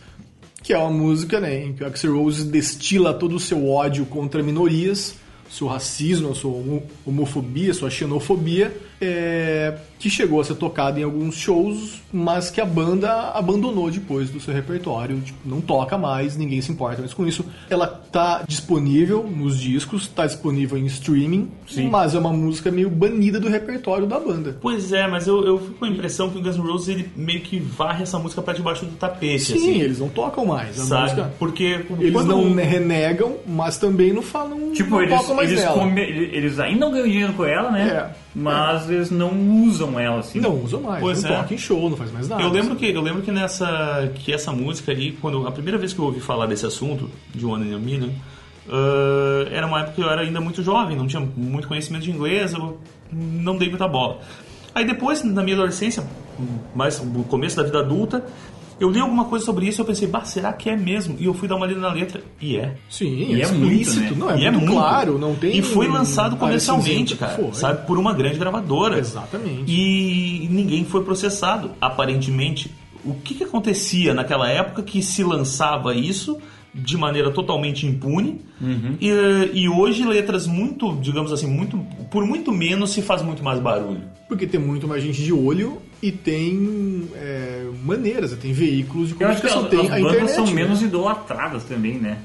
Speaker 1: que é uma música né, em que o Axl Rose destila todo o seu ódio contra minorias, seu racismo, sua homo- homofobia, sua xenofobia, é, que chegou a ser tocada em alguns shows, mas que a banda abandonou depois do seu repertório, tipo, não toca mais, ninguém se importa mais com isso. Ela tá disponível nos discos, tá disponível em streaming, mas é uma música meio banida do repertório da banda.
Speaker 2: Pois é, mas eu, eu fico com a impressão que o Guns N' Roses ele meio que varre essa música para debaixo do tapete,
Speaker 1: Sim,
Speaker 2: assim.
Speaker 1: eles não tocam mais a
Speaker 2: sabe?
Speaker 1: música.
Speaker 2: Porque
Speaker 1: Eles
Speaker 2: Tipo, quando- um
Speaker 1: não renegam, mas também não falam.
Speaker 3: Tipo,
Speaker 1: não
Speaker 3: eles,
Speaker 1: tocam um mais
Speaker 3: eles,
Speaker 1: nela.
Speaker 3: come- eles ainda não ganham dinheiro com ela, né?
Speaker 1: É.
Speaker 3: Mas eles não usam ela assim.
Speaker 1: Não usam mais,
Speaker 2: Pois
Speaker 1: não
Speaker 2: é.
Speaker 1: toca em show, não faz mais nada.
Speaker 2: Eu lembro que eu lembro que nessa que essa música aí, quando a primeira vez que eu ouvi falar desse assunto de One in a Million, ah, era uma época que eu era ainda muito jovem, não tinha muito conhecimento de inglês, eu não dei muita bola. Aí depois, na minha adolescência, mais no começo da vida adulta, eu li alguma coisa sobre isso e eu pensei, bah, será que é mesmo? E eu fui dar uma lida na letra e é.
Speaker 1: Sim,
Speaker 3: E
Speaker 1: é
Speaker 3: é muito,
Speaker 1: explícito,
Speaker 3: né?
Speaker 1: não, é,
Speaker 2: e
Speaker 1: muito, claro, não tem.
Speaker 2: E foi lançado
Speaker 1: área
Speaker 2: comercialmente,
Speaker 1: cinzenta.
Speaker 2: cara,
Speaker 1: Foi.
Speaker 2: sabe? Por uma grande gravadora.
Speaker 1: Exatamente.
Speaker 2: E ninguém foi processado, aparentemente. O que, que acontecia naquela época que se lançava isso de maneira totalmente impune
Speaker 1: Uhum.
Speaker 2: e, e hoje letras muito, digamos assim, muito por muito menos se faz muito mais barulho.
Speaker 1: Porque tem muito mais gente de olho e tem é, maneiras, tem veículos de
Speaker 3: Eu acho que
Speaker 1: comunicação,
Speaker 3: as,
Speaker 1: tem
Speaker 3: as
Speaker 1: a
Speaker 3: bandas
Speaker 1: internet.
Speaker 3: são
Speaker 1: né?
Speaker 3: menos idolatradas também, né?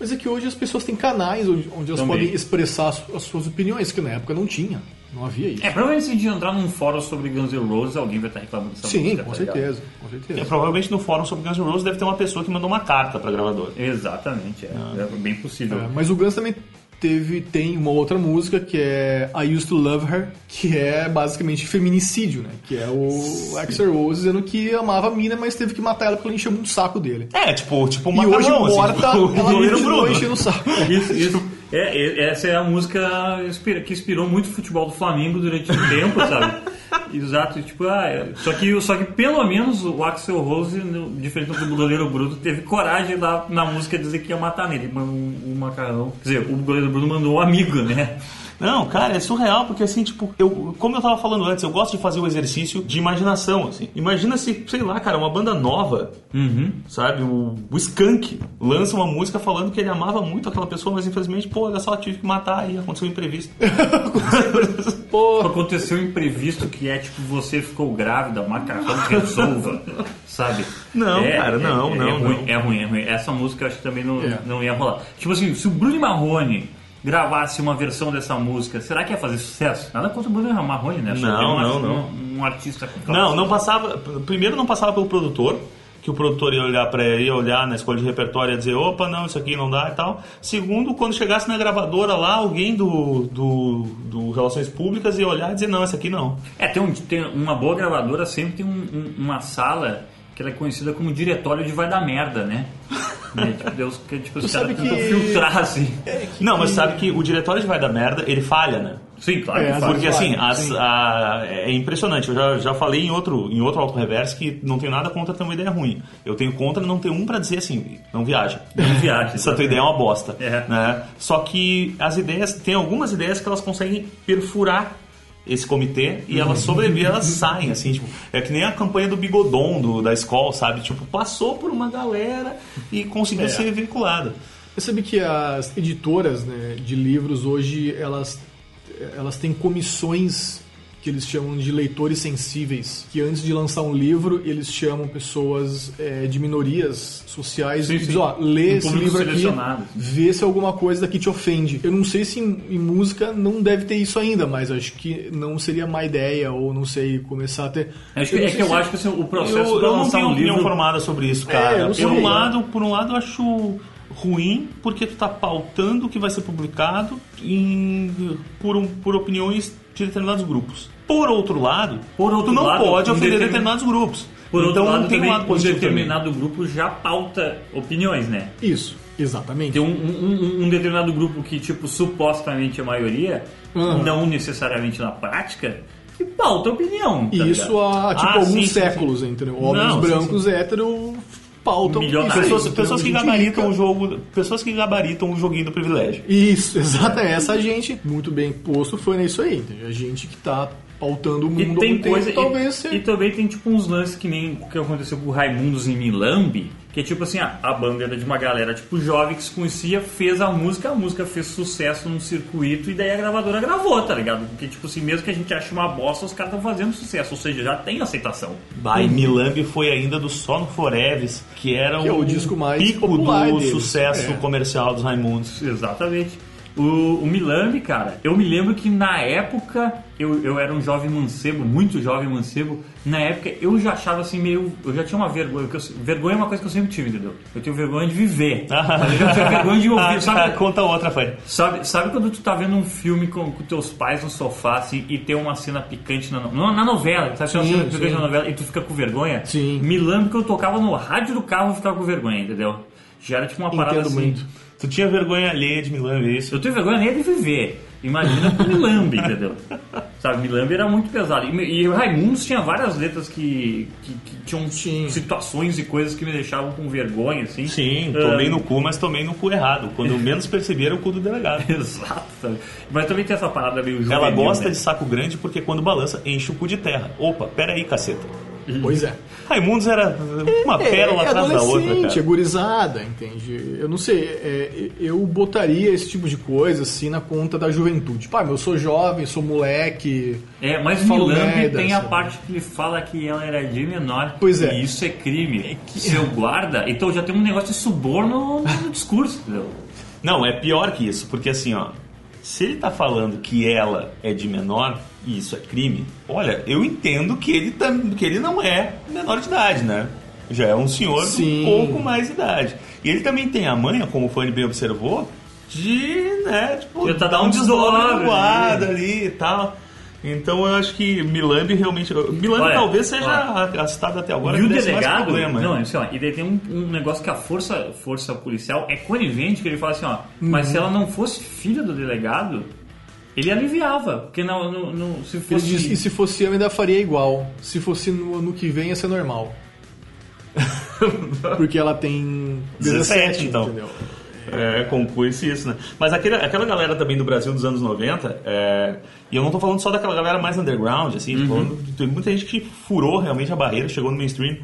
Speaker 1: Mas é que hoje as pessoas têm canais onde, onde elas
Speaker 3: Também.
Speaker 1: podem expressar as, as suas opiniões, que na época não tinha. Não havia isso.
Speaker 3: É, provavelmente se a gente entrar num fórum sobre Guns N' Roses, alguém vai estar reclamando dessa
Speaker 1: Sim,
Speaker 3: música,
Speaker 1: com
Speaker 3: tá ligado?
Speaker 1: certeza, com certeza.
Speaker 2: É, provavelmente no fórum sobre Guns N' Roses deve ter uma pessoa que mandou uma carta pra gravadora.
Speaker 3: Exatamente, é,
Speaker 1: Ah.
Speaker 3: é bem possível.
Speaker 1: É, mas o Guns também teve, tem uma outra música que é I Used to Love Her, que é basicamente feminicídio, né? Que é o Axel Rose dizendo que amava a mina, mas teve que matar ela porque ela encheu muito o saco dele.
Speaker 2: É, tipo, tipo
Speaker 1: e
Speaker 2: uma
Speaker 1: hoje morta,
Speaker 2: [laughs]
Speaker 1: ela continuou enchendo o saco.
Speaker 3: [laughs] Isso, isso. É, é- essa é a música inspira- que inspirou muito o futebol do Flamengo durante o tempo, sabe? [laughs] Exato, tipo, ah, é- só, que, só que pelo menos o Axel Rose, no- diferente do goleiro Bruto, teve coragem da, na música dizer que ia matar nele. Mas O, o macarrão. Quer dizer, o goleiro Bruto mandou um amigo, né?
Speaker 2: Não, cara, é surreal, porque assim, tipo, eu, como eu tava falando antes, eu gosto de fazer o exercício de imaginação, assim. Imagina se, sei lá, cara, uma banda nova, sabe? O, o Skunk lança uma música falando que ele amava muito aquela pessoa, mas infelizmente, pô, olha só, tive que matar e aconteceu um imprevisto.
Speaker 1: Pô,
Speaker 3: Aconteceu um imprevisto que é tipo, você ficou grávida, macarrão
Speaker 2: [laughs]
Speaker 3: resolva, sabe?
Speaker 2: Não,
Speaker 3: É-
Speaker 2: cara,
Speaker 3: é-
Speaker 2: não,
Speaker 3: é,
Speaker 2: não,
Speaker 3: É ruim,
Speaker 2: não.
Speaker 3: é ruim, é ruim. Essa música eu acho que também não,
Speaker 1: É.
Speaker 3: não ia rolar. Tipo assim, se o Bruno Marrone gravasse uma versão dessa música, será que ia fazer sucesso? Nada contra o Bruno Marrone, né? Acho
Speaker 2: Não,
Speaker 3: que ele é um
Speaker 2: não,
Speaker 3: arti-
Speaker 2: não.
Speaker 3: Um, um artista com classe.
Speaker 2: Não, não passava. Primeiro não passava pelo produtor, que o produtor ia olhar para ele, ia olhar na escolha de repertório e dizer, opa, não, isso aqui não dá e tal. Segundo, quando chegasse na gravadora lá, alguém do, do, do Relações Públicas ia olhar e dizer, não, isso aqui não.
Speaker 3: É, tem, um- tem uma boa gravadora, sempre tem um- um- uma sala que ela é conhecida como diretório de vai dar merda, né?
Speaker 2: [laughs]
Speaker 3: né? Tipo, Deus, que, tipo, os
Speaker 1: sabe
Speaker 3: caras tentam
Speaker 1: que-
Speaker 3: filtrar, assim.
Speaker 2: Não, mas sabe que o diretório de Vai da Merda, ele falha, né?
Speaker 3: Sim, claro
Speaker 1: É,
Speaker 3: que
Speaker 1: às
Speaker 3: faz.
Speaker 2: Porque
Speaker 1: Mas
Speaker 2: assim,
Speaker 1: vai,
Speaker 2: as- a- é impressionante. Eu já, já falei em outro, em outro auto-reverso que não tenho nada contra ter uma ideia ruim. Eu tenho contra não ter um pra dizer assim, não
Speaker 3: [laughs]
Speaker 2: viaja.
Speaker 3: Não viaja,
Speaker 2: Essa tua ideia é uma bosta.
Speaker 3: É.
Speaker 2: Né? Só que as ideias, tem algumas ideias que elas conseguem perfurar esse comitê e
Speaker 3: Uhum.
Speaker 2: elas sobrevivem,
Speaker 3: [laughs]
Speaker 2: elas saem, assim, tipo, é que nem a campanha do Bigodon, do, da escola, sabe? Tipo, passou por uma galera e conseguiu
Speaker 3: É.
Speaker 2: ser veiculada.
Speaker 1: Percebe que as editoras né, de livros hoje elas, elas têm comissões que eles chamam de leitores sensíveis, que antes de lançar um livro eles chamam pessoas eh, de minorias sociais
Speaker 3: Sim,
Speaker 1: e
Speaker 3: sim.
Speaker 1: dizem, ó, lê
Speaker 3: Um
Speaker 1: esse
Speaker 3: público
Speaker 1: livro aqui,
Speaker 3: selecionado.
Speaker 1: vê se alguma coisa daqui te ofende. Eu não sei se em, em música não deve ter isso ainda, mas acho que não seria má ideia ou não sei começar a ter.
Speaker 3: Acho que,
Speaker 1: não
Speaker 3: é
Speaker 1: sei
Speaker 3: que eu
Speaker 1: se-
Speaker 3: acho que assim, o
Speaker 2: Eu,
Speaker 3: processo para
Speaker 2: eu não
Speaker 3: lançar
Speaker 2: tenho
Speaker 3: um
Speaker 2: opinião
Speaker 3: livro.
Speaker 2: formada sobre isso,
Speaker 1: É,
Speaker 2: cara.
Speaker 1: eu não
Speaker 2: por, um
Speaker 1: sei.
Speaker 2: lado, por um lado, eu acho ruim, porque tu tá pautando o que vai ser publicado em- por, um- por opiniões de determinados grupos. Por outro lado,
Speaker 3: Por
Speaker 2: tu
Speaker 3: outro
Speaker 2: não
Speaker 3: lado,
Speaker 2: pode
Speaker 3: um
Speaker 2: ofender
Speaker 3: determin-
Speaker 2: determinados grupos.
Speaker 3: Por
Speaker 2: então
Speaker 3: outro lado,
Speaker 2: não tem
Speaker 3: também,
Speaker 2: um lado
Speaker 3: um
Speaker 2: positivo também.
Speaker 3: determinado grupo já pauta opiniões, né?
Speaker 1: Isso, exatamente.
Speaker 3: Tem um, um- um- um determinado grupo que, tipo, supostamente a maioria,
Speaker 1: Uhum.
Speaker 3: não necessariamente na prática, que pauta opinião. tá
Speaker 1: E isso
Speaker 3: ligado?
Speaker 1: há, tipo,
Speaker 2: Ah,
Speaker 1: alguns
Speaker 2: sim, sim,
Speaker 1: séculos, entendeu? Homens
Speaker 2: Não, sim,
Speaker 1: brancos hétero pautam
Speaker 3: Milionários.
Speaker 1: isso aí,
Speaker 2: Pessoas,
Speaker 1: entendeu?
Speaker 2: pessoas que
Speaker 1: Gente
Speaker 2: gabaritam
Speaker 1: rica.
Speaker 2: o jogo. Pessoas que gabaritam o joguinho do privilégio.
Speaker 1: Isso, [laughs] exato. é Essa gente, muito bem posto, foi nisso aí. entendeu? A gente que tá pautando o
Speaker 3: E
Speaker 1: mundo há
Speaker 3: tem
Speaker 1: algum tempo,
Speaker 3: coisa. e-
Speaker 1: talvez
Speaker 3: e,
Speaker 1: seja.
Speaker 3: também tem tipo uns lances que nem o que aconteceu com o Raimundos em Milambi, que é tipo assim, a, a banda era de uma galera tipo jovem que se conhecia, fez a música, a música fez sucesso num circuito e daí a gravadora gravou, tá ligado? Porque tipo assim, mesmo que a gente ache uma bosta, os caras estão fazendo sucesso, ou seja, já tem aceitação.
Speaker 2: Bah, e Milambi foi ainda do Só no Foreves, que era
Speaker 1: Hum.
Speaker 2: um
Speaker 1: Que é o disco mais
Speaker 2: pico
Speaker 1: popular
Speaker 2: do
Speaker 1: deles.
Speaker 2: sucesso
Speaker 1: É.
Speaker 2: comercial dos Raimundos.
Speaker 3: Exatamente. O, o Milambi, cara, eu me lembro que na época eu, eu era um jovem mancebo, muito jovem mancebo. Na época eu já achava assim meio. Eu já tinha uma vergonha. porque eu- vergonha é uma coisa que eu sempre tive, entendeu? Eu tenho vergonha de viver.
Speaker 1: [laughs] Ah.
Speaker 3: tá ligado? Eu tenho vergonha de
Speaker 2: Ah,
Speaker 3: ouvir.
Speaker 2: tá,
Speaker 3: Sabe,
Speaker 2: conta outra, Fred.
Speaker 3: sabe, sabe quando tu tá vendo um filme com, com teus pais no sofá assim, e tem uma cena picante na, no- na, na novela? Tá assistindo uma
Speaker 1: Sim,
Speaker 3: cena picante
Speaker 1: sim.
Speaker 3: na novela e tu fica com vergonha?
Speaker 1: Sim.
Speaker 3: Milambi que eu tocava no rádio do carro eu ficava com vergonha, entendeu? Já era tipo uma parada
Speaker 1: Entendo
Speaker 3: assim.
Speaker 1: muito.
Speaker 2: Tu tinha vergonha alheia de Milan ver isso.
Speaker 3: Eu tenho vergonha nem de viver. Imagina com Milambi, entendeu? Sabe, Milambi era muito pesado. E, e o Raimundos tinha várias letras que, que, que tinham
Speaker 1: Sim.
Speaker 3: situações e coisas que me deixavam com vergonha, assim.
Speaker 2: Sim, tomei
Speaker 3: Ah,
Speaker 2: no cu, mas tomei no cu errado. Quando [laughs] eu menos percebi era o cu do delegado.
Speaker 3: Exato. sabe? Mas também tem essa parada meio juvenil,
Speaker 2: Ela gosta
Speaker 3: né?
Speaker 2: de saco grande porque quando balança, enche o cu de terra. Opa, peraí, caceta.
Speaker 1: Pois é.
Speaker 2: Raimundos era uma pérola
Speaker 1: é
Speaker 2: atrás da outra,
Speaker 1: adolescente, é
Speaker 2: cara.
Speaker 1: gurizada, entende? Eu não sei, é, eu botaria esse tipo de coisa assim na conta da juventude. Pá, eu sou jovem, sou moleque.
Speaker 3: É, mas
Speaker 1: Falo
Speaker 3: Milambi
Speaker 1: merda,
Speaker 3: tem a
Speaker 1: sabe?
Speaker 3: parte que ele fala que ela era de menor.
Speaker 1: Pois é.
Speaker 3: E isso é crime. Seu guarda. Então já tem um negócio de suborno no discurso, entendeu?
Speaker 2: Não, é pior que isso, porque assim, ó. Se ele tá falando que ela é de menor e isso é crime, olha, eu entendo que ele, tam, que ele não é menor de idade, né? Já é um senhor de
Speaker 1: Sim.
Speaker 2: um pouco mais de idade. E ele também tem a manha, como o Fanny bem observou, de, né, tipo,
Speaker 3: De tá
Speaker 2: dar um
Speaker 3: dando um
Speaker 2: desdobre
Speaker 3: desdobre,
Speaker 2: no guarda ali e tal. Então eu acho que Milambi realmente. Milambi
Speaker 3: Olha,
Speaker 2: talvez seja
Speaker 3: ó.
Speaker 2: a, a citada até agora
Speaker 3: e o
Speaker 2: que desse mais
Speaker 3: delegado.
Speaker 2: problema. né?
Speaker 3: não, assim, ó, e daí tem um, um negócio que a força, força policial é conivente, que ele fala assim, ó. Mas se ela não fosse filha do delegado, ele aliviava. Porque não, não, não- se
Speaker 1: Ele
Speaker 3: fosse.
Speaker 1: diz, e se fosse eu ainda faria igual. Se fosse no ano que vem ia ser [laughs] normal. Porque ela tem 17,
Speaker 2: 17, então.
Speaker 1: entendeu?
Speaker 2: É, concurso isso, né? Mas aquele, aquela galera também do Brasil dos anos 90, é, e eu não tô falando só daquela galera mais underground, assim, tô
Speaker 1: Uhum.
Speaker 2: falando, tem muita gente que furou realmente a barreira, chegou no mainstream.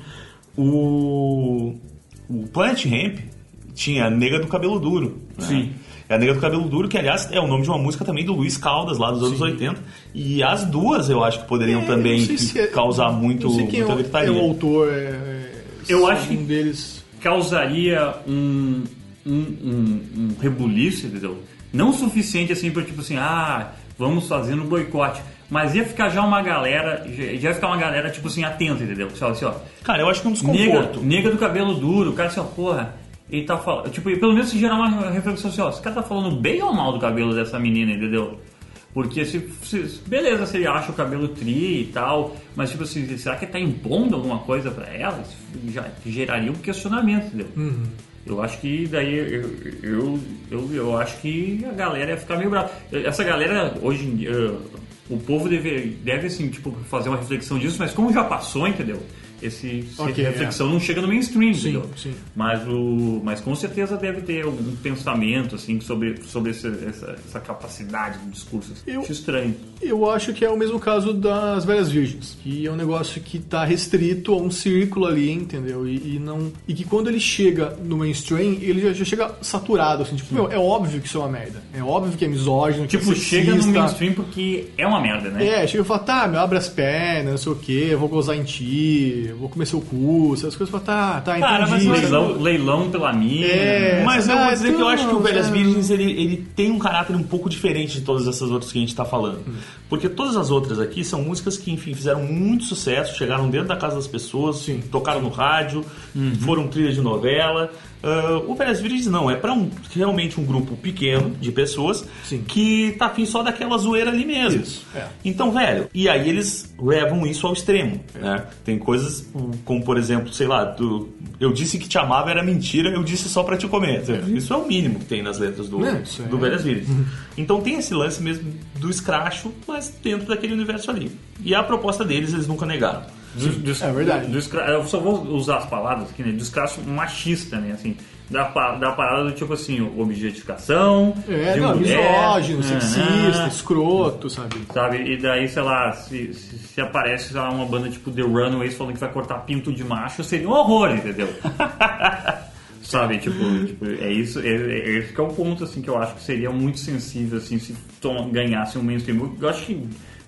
Speaker 2: O, o Planet Ramp tinha a Nega do Cabelo Duro. né?
Speaker 3: Sim.
Speaker 2: É a Nega do Cabelo Duro, que aliás é o nome de uma música também do Luiz Caldas, lá dos anos 80. E as duas eu acho que poderiam
Speaker 3: Então
Speaker 1: É,
Speaker 2: também
Speaker 1: não sei se é-
Speaker 2: causar muito,
Speaker 1: não sei quem
Speaker 2: muita
Speaker 1: é o-
Speaker 2: gritaria.
Speaker 1: É o autor. é- é-
Speaker 3: Eu
Speaker 1: se
Speaker 3: acho que-
Speaker 1: Um deles.
Speaker 3: causaria um, um, um, um rebuliço, entendeu? Não suficiente assim para tipo assim, ah, vamos fazer um boicote. Mas ia ficar já uma galera, já já ia ficar uma galera, tipo assim, atenta, entendeu? Pessoal, assim, ó,
Speaker 2: Cara, eu acho que é um
Speaker 3: nega,
Speaker 2: desconforto.
Speaker 3: nega do cabelo duro, o cara assim, ó, porra, ele tá falando. Tipo, pelo menos se gerar uma reflexão assim, ó, esse cara tá falando bem ou mal do cabelo dessa menina, entendeu? Porque se, se- Beleza, se ele acha o cabelo tri e tal, mas tipo assim, será que tá impondo alguma coisa pra ela? Isso já geraria um questionamento, entendeu? Eu acho que daí eu, eu, eu, eu acho que a galera ia ficar meio brava. Essa galera hoje em dia. eh, O povo deve, deve assim, tipo, fazer uma reflexão disso, mas como já passou, entendeu? Esse, essa
Speaker 1: Ok, é.
Speaker 3: reflexão não chega no mainstream,
Speaker 1: Sim,
Speaker 3: entendeu?
Speaker 1: sim.
Speaker 3: Mas, o, mas com certeza deve ter algum pensamento assim, sobre, sobre esse- essa, essa capacidade do discurso. Assim.
Speaker 1: Eu-
Speaker 3: Acho estranho.
Speaker 1: Eu acho que é o mesmo caso das Velhas Virgens, que é um negócio que tá restrito a um círculo ali, entendeu? E, e não. E que quando ele chega no mainstream, ele já, já chega saturado, assim, tipo, meu, é óbvio que isso é uma merda. É óbvio que é misógino, que
Speaker 3: Tipo,
Speaker 1: é
Speaker 3: chega no
Speaker 1: sexista.
Speaker 3: mainstream porque é uma merda, né?
Speaker 1: É, chega e fala, tá, meu, abre as pernas, não sei o quê, eu vou gozar em ti, eu vou comer seu cu, essas coisas, fala, tá, tá, entendi.
Speaker 3: Cara, mas é
Speaker 1: sabe?
Speaker 3: leilão, leilão pela mina.
Speaker 1: É.
Speaker 2: Mas eu
Speaker 1: Ah,
Speaker 2: vou dizer que eu
Speaker 1: então,
Speaker 2: acho que o Velhas
Speaker 1: é.
Speaker 2: Virgens ele, ele tem um caráter um pouco diferente de todas essas outras que a gente tá falando. Porque todas as outras aqui são músicas que, enfim, fizeram muito sucesso, chegaram dentro da casa das pessoas, tocaram no rádio, foram trilha de novela. Ah, o Velhas Virgens não, é pra um, realmente um grupo pequeno de pessoas
Speaker 1: Sim.
Speaker 2: que tá afim só daquela zoeira ali mesmo.
Speaker 1: Isso, é.
Speaker 2: Então, velho, e aí eles levam isso ao extremo,
Speaker 1: É.
Speaker 2: né? Tem coisas como, por exemplo, sei lá, tu- eu disse que te amava era mentira, eu disse só pra te comer. Isso é o mínimo que tem nas letras do,
Speaker 1: É, isso
Speaker 2: do
Speaker 1: é.
Speaker 2: Velhas Virgens. Então tem esse lance mesmo do escracho, mas dentro daquele universo ali. E a proposta deles, eles nunca negaram.
Speaker 3: Do- do-
Speaker 1: é verdade.
Speaker 3: do escra- eu só vou usar as palavras aqui, né? Descrasso machista, né? Assim, da, pa- da parada do tipo assim, objetificação.
Speaker 1: É,
Speaker 3: de um
Speaker 1: não,
Speaker 3: mulher,
Speaker 1: misógino,
Speaker 3: né,
Speaker 1: sexista, escroto, sabe?
Speaker 3: Sabe? E daí, sei lá, se, se, se aparece sei lá, uma banda tipo The Runaways falando que vai cortar pinto de macho, seria um horror, entendeu? Sabe, tipo, tipo, é isso, é, é- esse que é o ponto, assim, que eu acho que seria muito sensível, assim, se to- ganhasse um mainstream. Eu acho que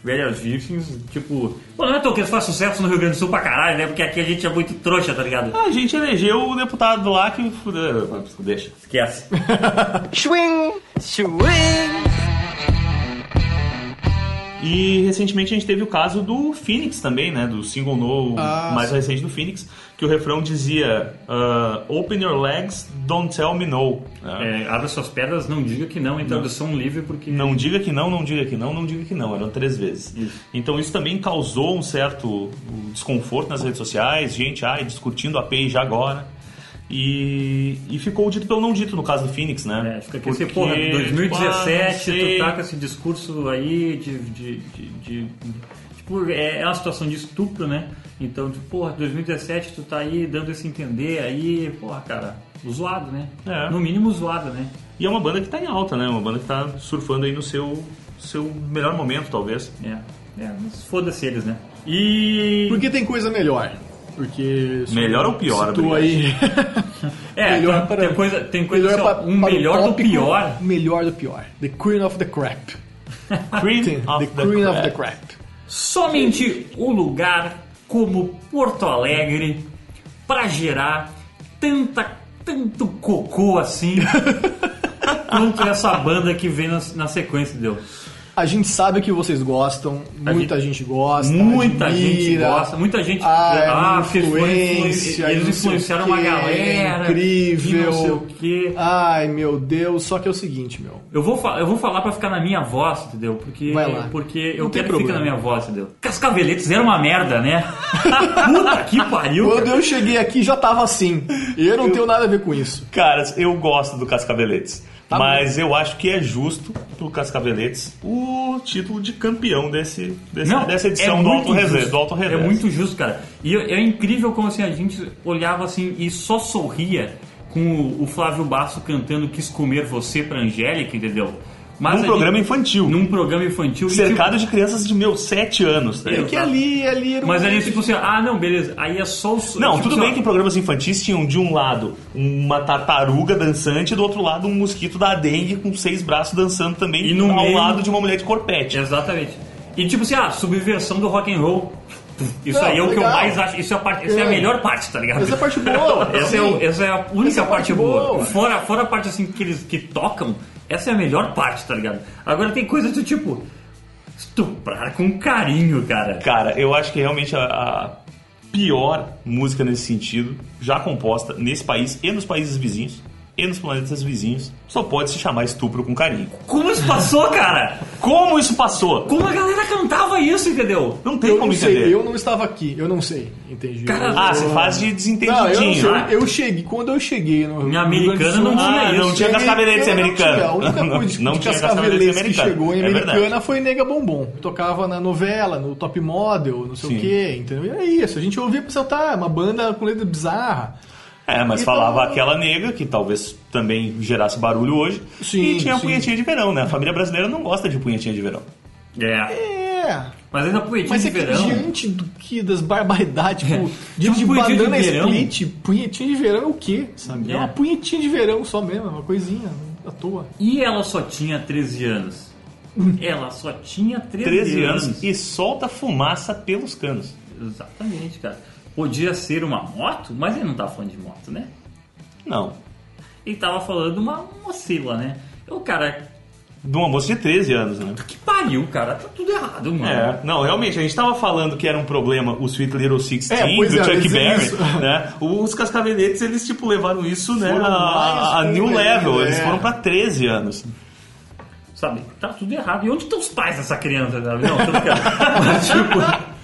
Speaker 3: Velhas Virgens, tipo... Bom, não é tão que faz sucesso no Rio Grande do Sul pra caralho, né? Porque aqui a gente é muito trouxa, tá ligado?
Speaker 2: A gente elegeu o deputado lá que... Deixa.
Speaker 3: Esquece.
Speaker 4: Swing, swing.
Speaker 2: E recentemente a gente teve o caso do Phoenix também, né? Do single novo
Speaker 1: Ah,
Speaker 2: mais recente do Phoenix, que o refrão dizia ah, Open your legs, don't tell me no. né?
Speaker 3: É, abre suas pedras, não diga que não, em tradução livre, porque...
Speaker 2: Não diga que não, não diga que não, não diga que não. Eram três vezes.
Speaker 3: Isso.
Speaker 2: Então isso também causou um certo um desconforto nas redes sociais, gente, ai, discutindo a API já agora. E, e ficou o dito pelo não dito no caso do Phoenix, né?
Speaker 3: É, fica aqui, assim,
Speaker 2: Porque,
Speaker 3: porra,
Speaker 2: tipo, ah, não
Speaker 3: 2017,
Speaker 2: sei.
Speaker 3: tu tá com esse discurso aí de. de, de- de- tipo, é, é uma situação de estupro, né? Então, tu, porra, 2017, tu tá aí dando esse entender aí, porra, cara, zoado, né?
Speaker 2: É.
Speaker 3: No mínimo zoado, né?
Speaker 2: E é uma banda que tá em alta, né? Uma banda que tá surfando aí no seu, seu melhor momento, talvez.
Speaker 3: É, é mas foda-se eles, né? E.
Speaker 1: Porque tem coisa melhor. Porque.
Speaker 2: Melhor ou pior,
Speaker 1: Tu aí.
Speaker 3: [laughs] é, tem, tem coisa, tem coisa
Speaker 1: melhor é
Speaker 3: assim, ó,
Speaker 1: pa-
Speaker 3: um
Speaker 1: para o
Speaker 3: melhor do
Speaker 1: tópico,
Speaker 3: pior.
Speaker 1: Melhor do pior. The Queen of the
Speaker 3: [laughs]
Speaker 1: Crap.
Speaker 2: Cream
Speaker 1: The,
Speaker 2: of the,
Speaker 1: Queen
Speaker 2: Crap.
Speaker 1: of the Crap.
Speaker 3: Somente um lugar como Porto Alegre
Speaker 1: [laughs]
Speaker 3: pra gerar tanta, tanto cocô assim quanto essa banda que vem na, na sequência, entendeu?
Speaker 1: A gente sabe que vocês gostam,
Speaker 3: A
Speaker 1: muita gente, gosta.
Speaker 3: Muita gente
Speaker 1: admira.
Speaker 3: gosta, muita gente.
Speaker 1: Ah, é
Speaker 3: porque eles foram influen-
Speaker 1: influência,
Speaker 3: Eles
Speaker 1: não sei o
Speaker 3: influenciaram
Speaker 1: quê,
Speaker 3: uma
Speaker 1: é
Speaker 3: galera.
Speaker 1: incrível.
Speaker 3: que Não sei o quê.
Speaker 1: Ai, meu Deus, só que é o seguinte, meu.
Speaker 3: Eu vou, fa- eu vou falar pra ficar na minha voz, entendeu? Porque,
Speaker 1: Vai lá.
Speaker 3: porque eu
Speaker 1: Não tem
Speaker 3: quero que fique
Speaker 1: problema.
Speaker 3: na minha voz, entendeu? Cascaveletes era uma merda, né? [laughs] Puta que pariu!
Speaker 1: Quando eu cheguei aqui já tava assim. E eu não tenho nada a ver com isso.
Speaker 2: Caras, eu gosto do Cascaveletes.
Speaker 1: Tá
Speaker 2: mas eu acho que é justo pro Cascaveletes o título de campeão desse, desse- dessa edição
Speaker 3: é
Speaker 2: do
Speaker 3: muito
Speaker 2: Alto Reverso.
Speaker 3: justo.
Speaker 2: Do Alto Reverso.
Speaker 3: É muito justo, cara. E eu- é incrível como assim, a gente olhava assim e só sorria com o, o Flávio Basso cantando Quis Comer Você pra Angélica, entendeu? Mas
Speaker 2: Num
Speaker 3: a gente-
Speaker 2: programa infantil.
Speaker 3: Num programa infantil. e, tipo,
Speaker 2: Cercado de crianças de meus 7 anos. tá
Speaker 1: É
Speaker 2: ligado?
Speaker 1: que ali, ali era
Speaker 3: tipo,
Speaker 1: um-
Speaker 3: mas ali, tipo assim, ah, não, beleza. Aí é só o... so-
Speaker 2: Não,
Speaker 3: tipo
Speaker 2: tudo
Speaker 3: assim,
Speaker 2: bem
Speaker 3: ó,
Speaker 2: que programas infantis tinham de um lado uma tartaruga dançante e do outro lado um mosquito da dengue com seis braços dançando também
Speaker 3: E no
Speaker 2: ao
Speaker 3: meio-
Speaker 2: lado de uma mulher de corpete.
Speaker 3: Exatamente. E tipo assim, ah, subversão do rock and roll. Isso
Speaker 1: Não,
Speaker 3: aí é o que eu
Speaker 1: legal.
Speaker 3: mais acho. Isso é a, parte, essa é a
Speaker 1: É.
Speaker 3: melhor parte, tá ligado?
Speaker 1: Essa é a parte boa, Assim,
Speaker 3: essa,
Speaker 1: sim.
Speaker 3: é, o- essa é a única
Speaker 1: Essa é a parte
Speaker 3: parte, boa.
Speaker 1: boa.
Speaker 3: Fora, fora a parte assim que eles que tocam, essa é a melhor parte, tá ligado? Agora tem coisas do tipo. Estuprar com carinho, cara.
Speaker 2: Cara, eu acho que realmente a, a pior música nesse sentido, já composta nesse país e nos países vizinhos e nos planetas vizinhos, só pode se chamar estupro com carinho.
Speaker 3: Como isso passou, cara?
Speaker 2: Como isso passou?
Speaker 3: Como a galera cantava isso, entendeu?
Speaker 2: Não tem
Speaker 1: Eu
Speaker 2: como
Speaker 1: não
Speaker 2: entender.
Speaker 1: sei, eu não estava aqui, eu não sei, entendi.
Speaker 3: Cara,
Speaker 1: Eu-
Speaker 2: Ah, você faz de
Speaker 1: Não, eu não
Speaker 2: desentendidinho.
Speaker 1: sei.
Speaker 2: né?
Speaker 1: Eu cheguei, quando eu cheguei no.
Speaker 3: Em
Speaker 1: Minha
Speaker 3: americana não tinha
Speaker 2: Ah,
Speaker 3: isso.
Speaker 2: não tinha cascaveletes
Speaker 1: Eu não
Speaker 2: americano.
Speaker 1: tinha. A única coisa de,
Speaker 2: Não
Speaker 1: de
Speaker 2: tinha
Speaker 1: cascaveletes que
Speaker 2: cascaveletes americano.
Speaker 1: chegou em
Speaker 2: É verdade.
Speaker 1: americana foi Nega Bombom. Eu tocava na novela, no Top Model, não sei
Speaker 2: Sim.
Speaker 1: o quê, entendeu? E é isso, a gente ouvia e pensava, tá, é uma banda com letra bizarra.
Speaker 2: É, mas
Speaker 1: Então-
Speaker 2: falava aquela nega, que talvez também gerasse barulho hoje,
Speaker 1: Sim,
Speaker 2: e tinha a
Speaker 1: sim.
Speaker 2: punhetinha de verão, né? A família brasileira não gosta de punhetinha de verão.
Speaker 3: É.
Speaker 1: É.
Speaker 3: Mas ainda poetinha
Speaker 1: Mas
Speaker 3: de
Speaker 1: é que
Speaker 3: verão.
Speaker 1: diante do que, das barbaridades, tipo,
Speaker 3: Tinha um
Speaker 1: de
Speaker 3: punhetinho de
Speaker 1: banana
Speaker 3: verão.
Speaker 1: split, punhetinha de verão é o quê? Sabe? É
Speaker 3: É.
Speaker 1: uma punhetinha de verão só mesmo, é uma coisinha à toa.
Speaker 3: E ela só tinha 13 anos. Ela só tinha 13,
Speaker 2: 13 anos e solta fumaça pelos canos.
Speaker 3: Exatamente, cara. Podia ser uma moto, mas ele não tá falando de moto, né?
Speaker 2: Não.
Speaker 3: Ele tava falando de uma mocila, né? O cara,
Speaker 2: De uma moça de 13 anos, né?
Speaker 3: que pariu, cara, tá tudo errado, mano.
Speaker 2: É, não, realmente, a gente tava falando que era um problema o Sweet Little Sixteen,
Speaker 1: É,
Speaker 2: do
Speaker 1: pois é, eu ia
Speaker 2: Chuck
Speaker 1: dizer
Speaker 2: Berry,
Speaker 1: isso.
Speaker 2: né? Os Cascaveletes, eles, tipo, levaram isso, né,
Speaker 1: Foram mais
Speaker 2: a, a new
Speaker 1: fundo ainda,
Speaker 2: level, eles
Speaker 1: é.
Speaker 2: foram pra 13 anos.
Speaker 3: Sabe, tá tudo errado. E onde estão os pais dessa criança? Não, tô brincando.
Speaker 1: [laughs]
Speaker 3: Mas, [laughs] tipo,
Speaker 1: É.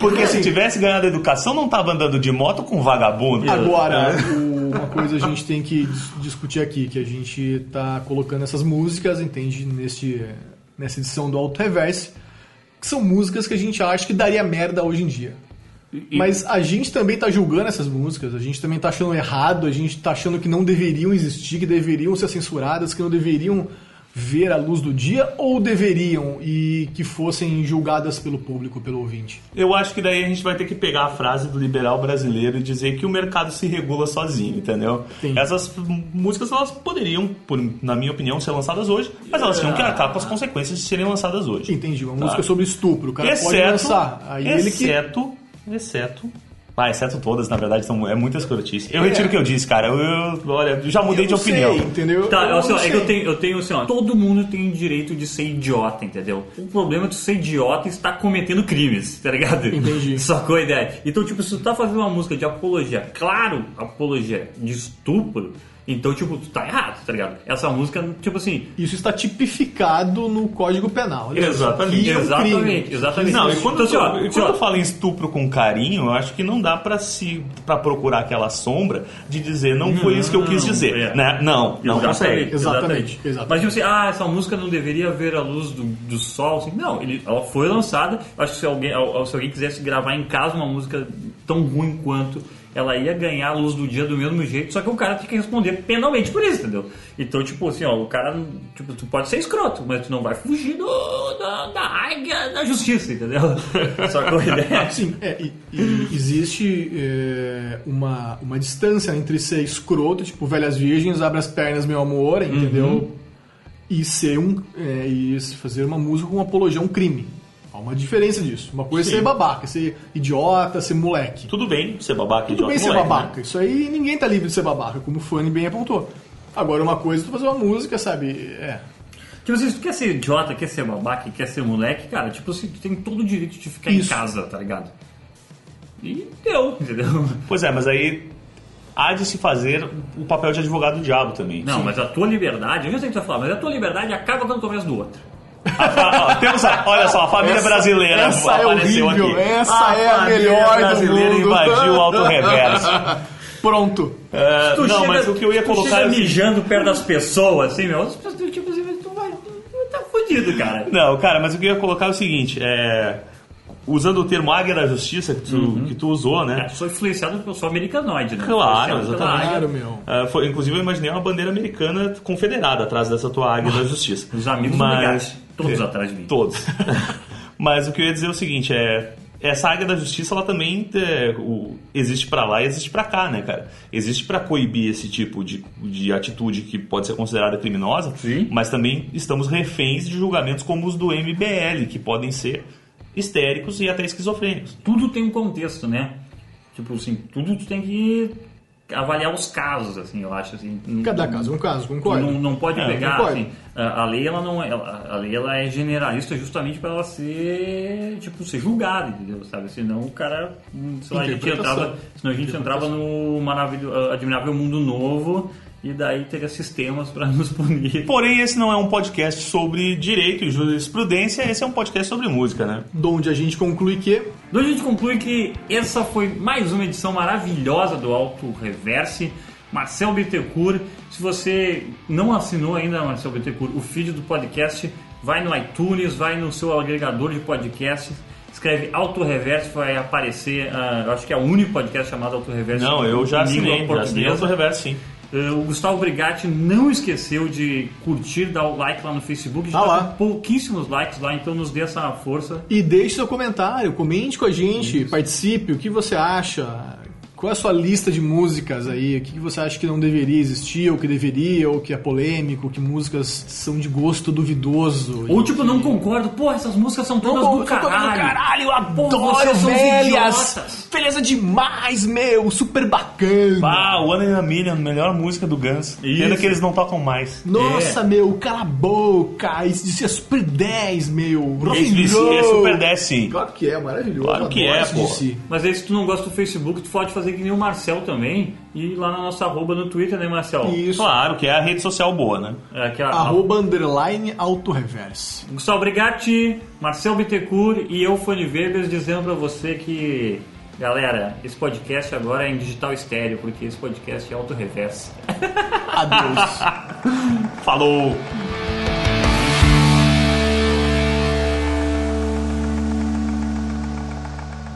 Speaker 2: Porque se tivesse ganhado a educação, não tava andando de moto com vagabundo.
Speaker 1: Agora,
Speaker 3: é.
Speaker 2: né?
Speaker 1: o- uma coisa a gente tem que dis- discutir aqui, que a gente tá colocando essas músicas, entende, neste, nessa edição do Alto Reverse, que são músicas que a gente acha que daria merda hoje em dia.
Speaker 3: e-
Speaker 1: Mas a gente também tá julgando essas músicas, a gente também tá achando errado, a gente tá achando que não deveriam existir, que deveriam ser censuradas, que não deveriam ver a luz do dia, ou deveriam e que fossem julgadas pelo público, pelo ouvinte.
Speaker 2: Eu acho que daí a gente vai ter que pegar a frase do liberal brasileiro e dizer que o mercado se regula sozinho, entendeu?
Speaker 1: Sim.
Speaker 2: Essas m- músicas elas poderiam, por- na minha opinião, ser lançadas hoje, mas elas
Speaker 1: É.
Speaker 2: tinham que arcar com as consequências de serem lançadas hoje.
Speaker 1: Entendi, uma
Speaker 2: Tá.
Speaker 1: música é sobre estupro, o cara pode lançar. Aí ele que
Speaker 2: exceto, exceto. Ah, exceto todas, na verdade, são é muitas escrotice. Eu retiro o que eu disse, cara. Eu, eu- olha, eu já mudei
Speaker 1: Eu
Speaker 2: de
Speaker 1: não
Speaker 2: opinião.
Speaker 1: sei, entendeu?
Speaker 3: Tá,
Speaker 1: não
Speaker 3: assim, ó, é
Speaker 1: sei.
Speaker 3: que eu tenho, eu tenho assim, ó, todo mundo tem direito de ser idiota, entendeu? O problema é tu ser idiota e estar cometendo crimes, tá ligado?
Speaker 1: Entendi.
Speaker 3: [laughs] Sacou a ideia? Então, tipo, se tu tá fazendo uma música de apologia, claro, apologia de estupro, então, tipo, tu tá errado, tá ligado? Essa música, tipo assim,
Speaker 1: Isso está tipificado no Código Penal. olha só.
Speaker 2: Exatamente.
Speaker 1: Que é um
Speaker 3: Exatamente,
Speaker 1: crime.
Speaker 3: exatamente.
Speaker 2: Não, e quando,
Speaker 3: Então, assim, ó,
Speaker 2: eu, e
Speaker 3: assim, ó.
Speaker 2: quando eu falo em estupro com carinho, eu acho que não dá pra se para procurar aquela sombra de dizer não, foi isso que eu quis
Speaker 3: Não,
Speaker 2: dizer,
Speaker 3: é.
Speaker 2: né? Não, não consegue.
Speaker 1: Exatamente,
Speaker 3: Exatamente.
Speaker 1: exatamente.
Speaker 3: Mas tipo assim, ah, essa música não deveria ver a luz do, do sol. Assim, não, ele, ela foi lançada. Acho que se alguém, al- al- se alguém quisesse gravar em casa uma música tão ruim quanto, ela ia ganhar a luz do dia do mesmo jeito, só que o cara tem que responder penalmente por isso, entendeu? Então, tipo assim, ó, o cara, tipo, tu pode ser escroto, mas tu não vai fugir do- da, da águia da justiça, entendeu? [laughs] só que a
Speaker 2: [laughs] Ah,
Speaker 3: ideia
Speaker 1: Sim, é, e, e existe é, uma, uma distância entre ser escroto, tipo, velhas virgens, abre as pernas, meu amor,
Speaker 2: Uhum.
Speaker 1: entendeu? E ser um. é, e se fazer uma música com apologia a um crime. Há uma diferença disso. Uma coisa é ser babaca, ser idiota, ser moleque.
Speaker 2: Tudo bem ser babaca,
Speaker 1: Tudo
Speaker 2: idiota,
Speaker 1: bem ser
Speaker 2: moleque, né?
Speaker 1: babaca. Isso aí ninguém tá livre de ser babaca, como o Fanny bem apontou. Agora, uma coisa é tu fazer uma música, sabe? É.
Speaker 3: Tipo assim, se tu quer ser idiota, quer ser babaca, quer ser moleque, cara, tipo assim, tu tem todo o direito de ficar
Speaker 1: Isso.
Speaker 3: em casa, tá ligado? E deu, [laughs] entendeu?
Speaker 2: Pois é, mas aí há de se fazer o papel de advogado do diabo também.
Speaker 3: Não, mas a tua liberdade, eu já sei o que tu vai falar, mas a tua liberdade acaba quando tu começa do outro.
Speaker 2: Ah, ah, [laughs] temos a- olha só, a família
Speaker 1: Essa-
Speaker 2: brasileira
Speaker 1: essa é
Speaker 2: apareceu
Speaker 1: horrível,
Speaker 2: aqui.
Speaker 1: essa
Speaker 2: a
Speaker 1: é a
Speaker 2: família
Speaker 1: melhor do
Speaker 2: brasileira
Speaker 1: mundo.
Speaker 2: invadiu
Speaker 1: [laughs]
Speaker 2: o auto-reverso.
Speaker 1: Pronto.
Speaker 2: Ah, não, mas o que eu ia
Speaker 3: tu
Speaker 2: colocar...
Speaker 3: chega
Speaker 2: é o seguinte.
Speaker 3: mijando perto das pessoas, assim, meu, as pessoas, tipo assim, mas tu vai, tu tá fudido, cara.
Speaker 2: Não, cara, mas o que eu ia colocar é o seguinte, é, Usando o termo águia da justiça que tu, que tu usou, né?
Speaker 3: Eu sou influenciado pelo sou americanoide, né?
Speaker 2: Claro,
Speaker 3: Influenciado pela
Speaker 2: exatamente.
Speaker 1: Claro, meu.
Speaker 2: Ah, foi, inclusive, eu imaginei uma bandeira americana confederada atrás dessa tua águia da justiça.
Speaker 3: Os amigos
Speaker 2: Mas- é,
Speaker 3: legais, todos atrás de mim. [laughs]
Speaker 2: Todos. Mas o que eu ia dizer é o seguinte, é essa águia da justiça, ela também é, o- existe pra lá e existe pra cá, né, cara? Existe pra coibir esse tipo de, de atitude que pode ser considerada criminosa,
Speaker 3: Sim.
Speaker 2: mas também estamos reféns de julgamentos como os do MBL, que podem ser histéricos e até esquizofrênicos.
Speaker 3: tudo tem um contexto, né? Tipo assim, tudo tu tem que avaliar os casos, assim, eu acho assim. Não-
Speaker 1: Cada caso é um caso,
Speaker 3: Tu
Speaker 1: concordo.
Speaker 3: não, não pode
Speaker 2: É,
Speaker 3: pegar,
Speaker 1: concordo.
Speaker 3: assim, a a lei ela não é- ela- a lei ela é generalista justamente para ela ser, tipo, ser julgada, entendeu? Sabe? Senão o cara, hum, sei lá, a gente
Speaker 1: Interpretação.
Speaker 3: entrava, senão a gente entrava no maravilhoso, admirável mundo novo e daí teria sistemas para [laughs] nos punir.
Speaker 2: Porém, esse não é um podcast sobre direito e jurisprudência, esse é um podcast sobre música, né?
Speaker 1: De onde a gente conclui que
Speaker 3: Então a gente conclui que essa foi mais uma edição maravilhosa do Alto Reverse. Marcel Bittencourt, se você não assinou ainda, Marcel Bittencourt, o feed do podcast, vai no iTunes, vai no seu agregador de podcasts, escreve Alto Reverse, vai aparecer, ah, eu acho que é o único podcast chamado Alto Reverse.
Speaker 2: Não, eu já
Speaker 3: em
Speaker 2: assinei,
Speaker 3: língua
Speaker 2: já assinei
Speaker 3: portuguesa.
Speaker 2: o reverso, sim.
Speaker 3: Eh, o Gustavo Brigatti não esqueceu de curtir, dar o like lá no Facebook. A
Speaker 1: Tá
Speaker 3: gente tá
Speaker 1: lá.
Speaker 3: com pouquíssimos likes lá, então nos dê essa força.
Speaker 1: E deixe seu comentário, comente com a gente, participe, o que você acha? Qual é a sua lista de músicas aí? O que você acha que não deveria existir, ou que deveria, ou que é polêmico, que músicas são de gosto duvidoso?
Speaker 3: Ou tipo, não concordo, pô, essas músicas são todas do
Speaker 1: são
Speaker 3: caralho.
Speaker 1: todas do caralho, eu
Speaker 3: Pô,
Speaker 1: adoro,
Speaker 3: vocês são os
Speaker 1: velhas!
Speaker 3: idiotas.
Speaker 1: Beleza demais, meu! Super bacana!
Speaker 2: Ah, One in a Million, melhor música do Guns.
Speaker 3: Isso.
Speaker 2: Pena que eles não tocam mais.
Speaker 1: Nossa,
Speaker 3: É.
Speaker 1: meu, cala a boca! Isso isso é super 10, meu! Rock and
Speaker 2: Esse
Speaker 1: roll.
Speaker 2: é Super 10, sim.
Speaker 1: Claro que é, maravilhoso.
Speaker 2: Claro que
Speaker 1: adoro
Speaker 2: é,
Speaker 1: isso
Speaker 2: pô.
Speaker 1: de si.
Speaker 3: Mas aí se tu não gosta do Facebook, tu pode fazer que nem o Marcel também. E ir lá na nossa arroba no Twitter, né, Marcel?
Speaker 1: Isso.
Speaker 2: Claro que é a rede social boa, né?
Speaker 3: É, que é a-
Speaker 1: Arroba underline autoreverse.
Speaker 3: Gustavo Brigatti, Marcel Bittencourt e eu, Fone Weber, dizendo pra você que... Galera, esse podcast agora é em digital estéreo, porque esse podcast é auto-reverso.
Speaker 2: [laughs]
Speaker 1: Adeus.
Speaker 2: Falou!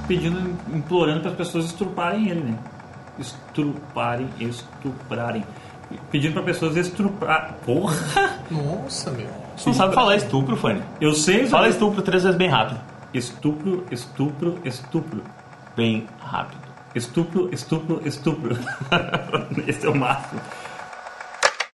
Speaker 3: Pedindo, implorando para as pessoas estruparem ele, né? Estruparem, estuprarem. Pedindo para pessoas estrupar... Porra!
Speaker 1: Nossa, meu.
Speaker 2: Você não sabe falar estupro, Fanny.
Speaker 3: Eu sei,
Speaker 2: Fala
Speaker 3: Fala
Speaker 2: estupro três vezes bem rápido.
Speaker 3: estupro, estupro, estupro.
Speaker 2: Bem rápido.
Speaker 3: Estupro, estupro, estupro. [laughs] Esse é o máximo.